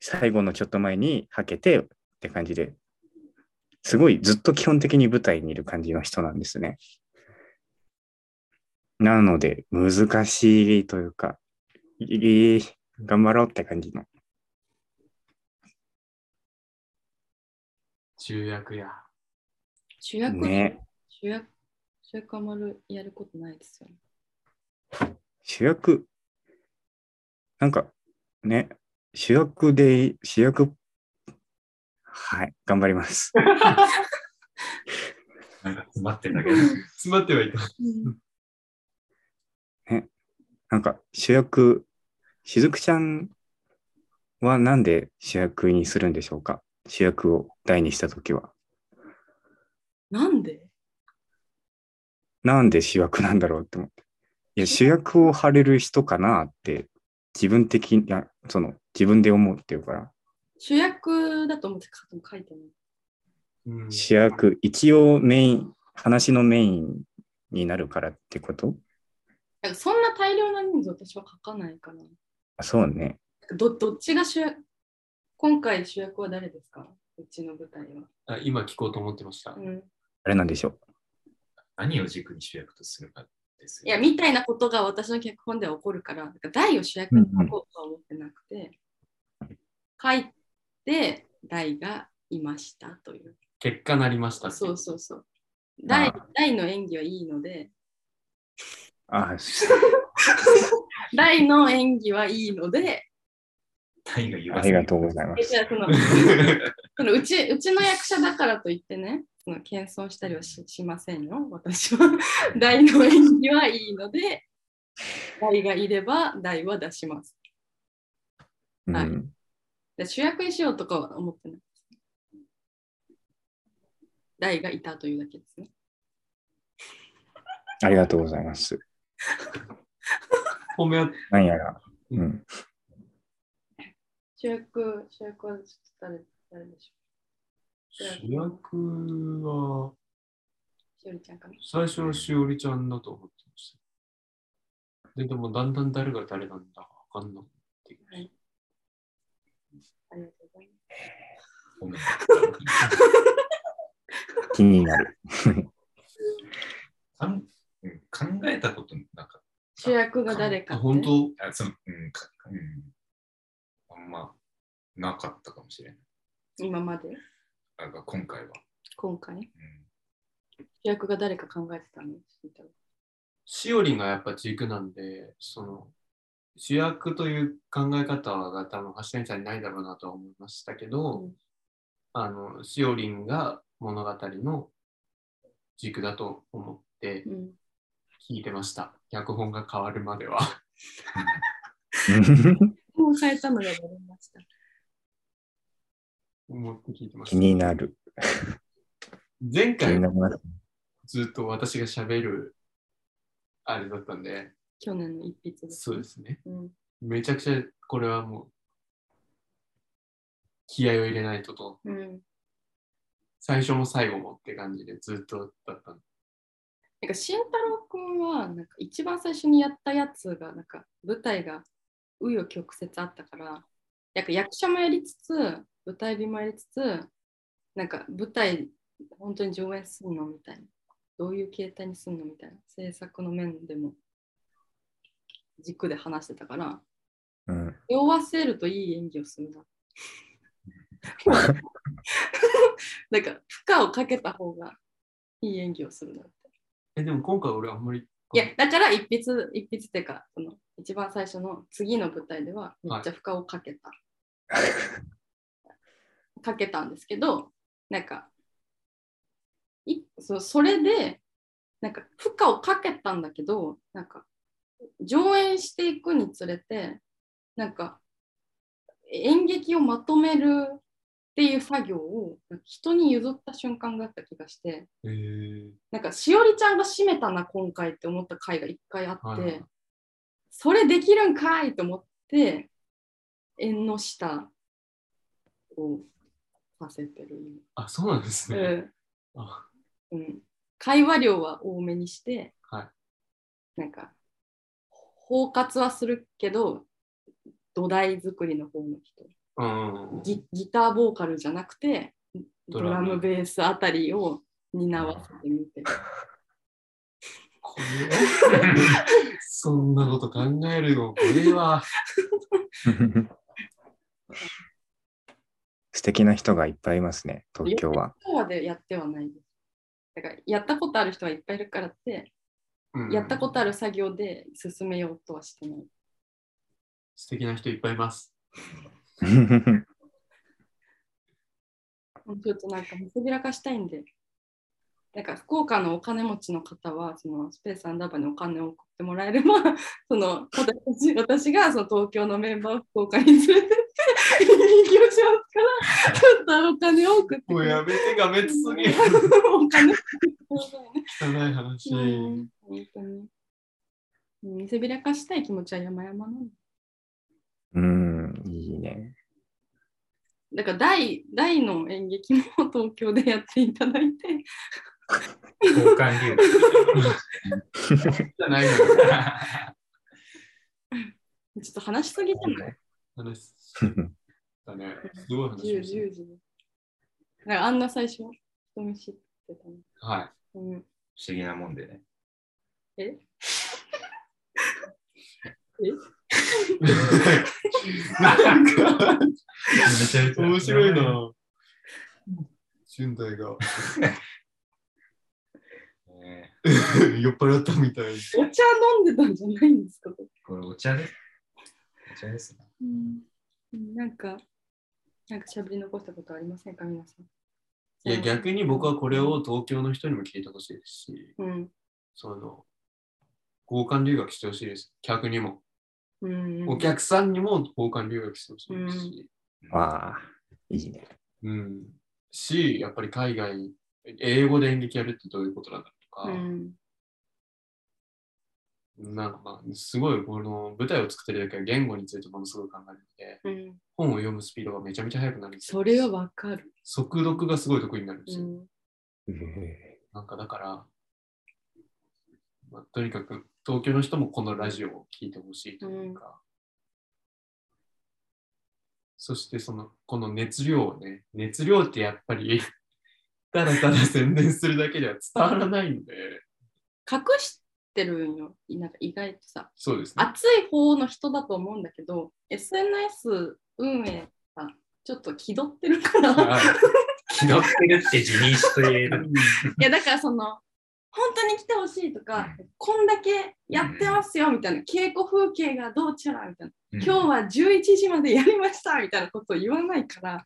最後のちょっと前にはけてって感じで、すごいずっと基本的に舞台にいる感じの人なんですね。なので、難しいというか、いい頑張ろうって感じの。重役や。主役、ね主役、主役あんまりやることないですよね。主役、なんかね、主役で、主役、はい、頑張ります。 なんか詰まってたけど。詰まってはいた。なんか主役、しずくちゃんはなんで主役にするんでしょうか主役を題にしたときは。なんでなんで主役なんだろうって思って。いや、主役を張れる人かなって、自分的に、いやその、自分で思うっていうから、主役だと思って書いても書いてない。うん主役、一応メイン、話のメインになるからってことなんかそんな大量な人数私は書かないかな。あそうね。どどっちが主役今回主役は誰ですかうちの舞台は。あ今聞こうと思ってましたう。ん、あれなんでしょう。何を軸に主役とするかですいよや、ね。みたいなことが私の脚本では起こるから、だから大を主役に書こうとは思ってなくて、書いて大がいましたという。結果なりました。そうそうそう。大あ大の演技はいいので、 あ、す大の演技はいいので、タイが言あわりせがとうございまえじす。ゃあそのそのうちうちの役者だからといってね、その謙遜したりはししませんよ、私は。大の演技はいいので、大がいれば大は出します。うはいん、で主役にしようとかは思ってない。大がいたというだけですね。ありがとうございます。褒め合ってなんやら、うん、主役、主役は誰誰でしょ主役は、うしおりちゃんかな最初はしおりちゃんだと思ってました。で、でもだんだん誰が誰なんだかわかんなくなってきましありがとうございます。ごめん気になる。 かんうん考えたことなかっ主役が誰かた。あって。本当た。あそのうんかうん、あんまなかったかもしれない。今まで、なんか今回は。今回。うん主役が誰か考えてたのしおりがやっぱ軸なんで、その、主役という考え方が多分橋谷さんにないだろうなとは思いましたけど、うんあの、しおりんが物語の軸だと思ってうん。聞いてました。脚本が変わるまでは。 もう変えたのがバレました。思って聞いてま気した。になる。気前に回なります。ずっと私が喋るあれだったんで、去年の一筆です。そうですね。うん、めちゃくちゃこれはもう気合を入れないとと、うん。最初も最後もって感じでずっとだったの。なんか慎太郎くんはなんか一番最初にやったやつがなんか舞台が紆余曲折あったからなんか役者もやりつつ舞台美もやりつつなんか舞台本当に上演するのみたいなどういう形態にするのみたいな制作の面でも軸で話してたからうん。 酔わせるといい演技をするな。なんか負荷をかけた方がいい演技をするなって。え、でも今回俺あんまり。いや、だから一筆、一筆っていうか、その一番最初の次の舞台ではめっちゃ負荷をかけた。かけたんですけど、なんか、いそうそれで、なんか負荷をかけたんだけど、なんか、上演していくにつれて、なんか、演劇をまとめるっていう作業を人に譲った瞬間があった気がして、えー、なんかしおりちゃんが締めたな今回って思った回が一回あって、はいはいそれできるんかいと思って縁の下をさせてる、あ、そうなんですね。あうんうん、会話量は多めにして、はなんか包括はするけど土台作りの方の人うんうんギギターボーカルじゃなくてドラドラムムベースあたりを担わせてみてる。これそんなこと考えるの、これは。素敵な人がいっぱいいますね、東京は。 そうまでやってはないです。だからやったことある人はいっぱいいるからって、うんやったことある作業で進めようとはしてない。素敵な人いっぱいいます。ちょっとなんか見せびらかしたいんで、なんか福岡のお金持ちの方は、そのスペースアンダーバーにお金を送ってもらえれば、 その私私がその東京のメンバーを福岡に連れてって、営業しますから、ちょっとお金を送ってもうやめてがめつすぎる。 お金を送ってくださいね。汚い話。うん本当に。見せびらかしたい気持ちは山々なの。うん、いいね。 だから大、大の演劇も東京でやっていただいて、交換留じゃないのよ。ちょっと話しすぎじゃない 話だね。すごい ?10、話10しまし時に。だからあんな最初、人見知ってたの。た。はい。うん、不思議なもんでね。えなんめか、ちゃめちゃ面白い。 な。春代が ね酔っ払ったみたい。お茶飲んでたんじゃないんですか、これお茶です。お茶ですね。うん、なんか、なんかしゃべり残したことありませんか、皆さん。いや、逆に僕はこれを東京の人にも聞いてほしいですし、うん。その、交換留学してほしいです。客にも。うん。お客さんにも交換留学してほしいですし。わあ、いいね。うん。し、やっぱり海外、英語で演劇やるってどういうことなんだとか、うん。なんかまあ、すごいこの舞台を作ってるだけは言語についてものすごい考えるのうで、ん。本を読むスピードがめちゃめちゃ速くなるんですよそれはわかる。速読がすごい得意になるんですうよ。ん。なんかだから、まあ、とにかく東京の人もこのラジオを聞いてほしいというか、そしてその、この熱量をね、熱量ってやっぱり、 ただただ宣伝するだけでは伝わらないんで、隠してるんよなんか意外とさそうですね。熱い方の人だと思うんだけど SNS 運営さちょっと気取ってるから いはい気取ってるって自認して る。やだからその本当に来てほしいとかこんだけやってますよみたいな稽古風景がどうちゃらみたいな今日は11時までやりましたみたいなことを言わないから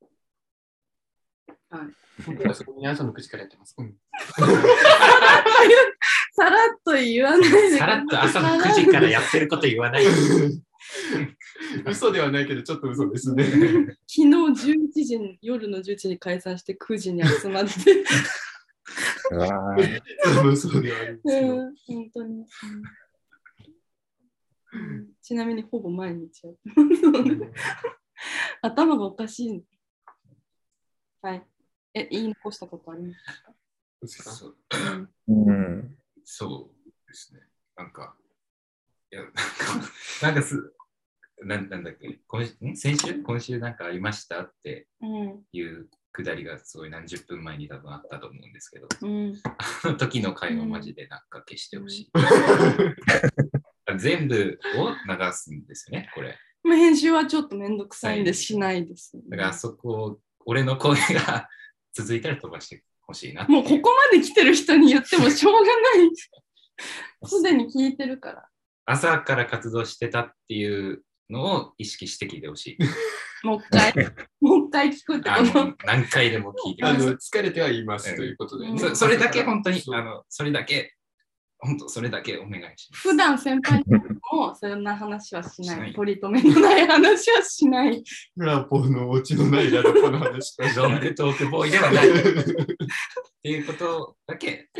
僕はそこに朝の9時からやってます。うんさらっと言わないでさらっと朝の9時 からやってること言わない。 嘘ではないけど、ちょっと嘘ですね。 昨日11時に夜の11時に解散して9時に集まってうわー嘘ではあるんですけうど、ん、本当に。うんちなみにほぼ毎日やってます。頭がおかしい。はい。え、言い残したことありますうんですかそうかうん。そうですね。なんか、いや、 なんか、なんかす、なんなんだっけ、今ん先週今週なんかありましたってうん。いうくだりがすごい何十分前に多分あったと思うんですけど、 うん。その時の会話マジでなんか消してほしい。全部を流すんですよね、これ。まあ、編集はちょっとめんどくさいんではいしないです、ね。だからあそこを、俺の声が 続いたら飛ばしてほしいなっていもうここまで来てる人に言ってもしょうがない。すでに聞いてるから。朝から活動してたっていうのを意識して聞いてほしい。もう一 回、もう一回聞くってあこ の何回でも聞いてくあださいの疲れてはいますということで、うんそそれだけ本当に、そうあのそれだけ、本当それだけお願いしと。普段先輩にもそんな話はししなないい。取り留めのない話はしない。ラポのオチのないラポの話かまらす。ロングトークボーイではないっていうことだけ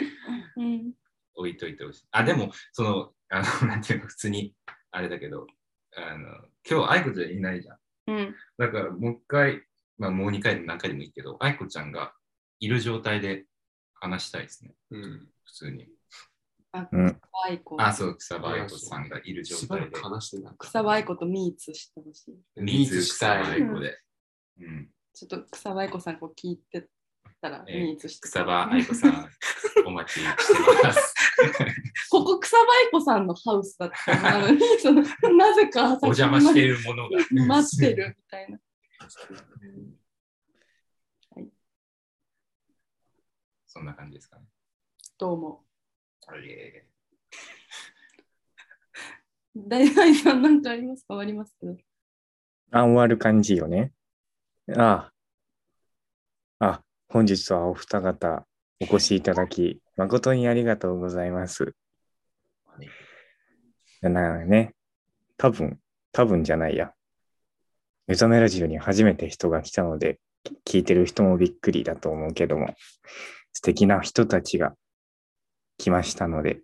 うん。置いといてほしい。あ、でも、その、あの、なんていうの、普通に、あれだけど、あの、今日、愛子ちゃんいないじゃん。うん。だから、もう一回、まあ、もう二回でも何回でもいいけど、愛子ちゃんがいる状態で話したいですね、うん普通に。あうんワイコ。あ、そう、草場愛子さんがいる状しばら態でく、話してなかった草ワイコとミーツしてほしい。ミーミーツツしたい草場愛子で。うんちょっと草ワイコさんこう聞いてたらえーミーツして。草場愛子さん、お待ちしてます。 ここ草ワイコさんのハウスだったのに、その なぜかお邪魔しているものが。待ってるみたいな。そんな感じですかね。どうも。あれ大体さんなんかありますか終わりますけど。あ、終わる感じよね。ああ。あ、本日はお二方お越しいただき、誠にありがとうございます。だからね、多分、多分じゃないや。目覚めラジオに初めて人が来たので、き聞いてる人もびっくりだと思うけども、素敵な人たちが来ましたので、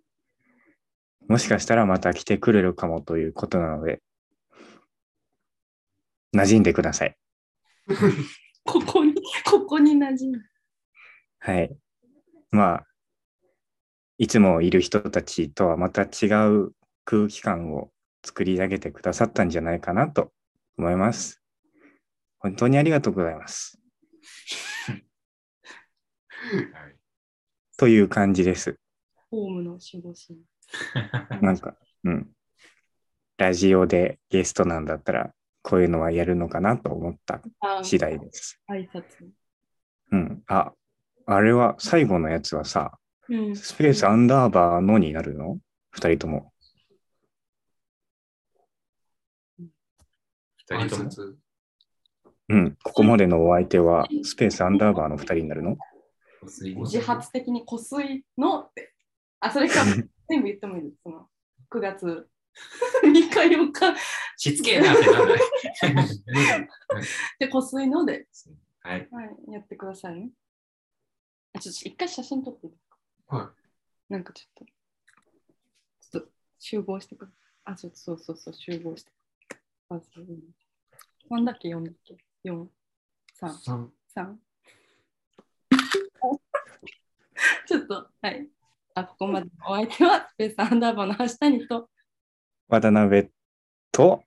もしかしたらまた来てくれるかもということなので、馴染んでください。ここに、ここに馴染む。はい。まあ、いつもいる人たちとはまた違う空気感を作り上げてくださったんじゃないかなと思います。本当にありがとうございます。はいという感じです。ホームの守護神。なんか、うん。ラジオでゲストなんだったら、こういうのはやるのかなと思ったあ次第です。挨拶。うん。あ、あれは、最後のやつはさ、うん。スペースアンダーバーのになるの二人とも。二人とも挨拶うん、ここまでのお相手は、スペースアンダーバーの2人になるのお吸い自発的に湖水のって。あ、それか、全部言ってもいいです。その9月 3日4日しつけえなってなんない。で湖水ので、はい。はい、やってくださいね。あちょっと一回写真撮っていいですか。はいなんかちょっと、ちょっと集合してください。あ、ちょっとそうそうそう、集合してまず、うん何だっけ、4だっけ ?4、3、三3。ちょっと、はい。あ、ここまでのお相手は、スペースアンダーバーの橋谷と、渡辺と、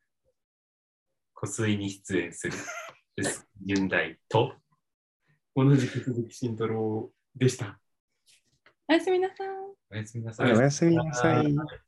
お吸いに出演する。です。順大と。同じく鈴木慎太郎でした。おやすみなさい。おやすみなおさい。やすみなさい。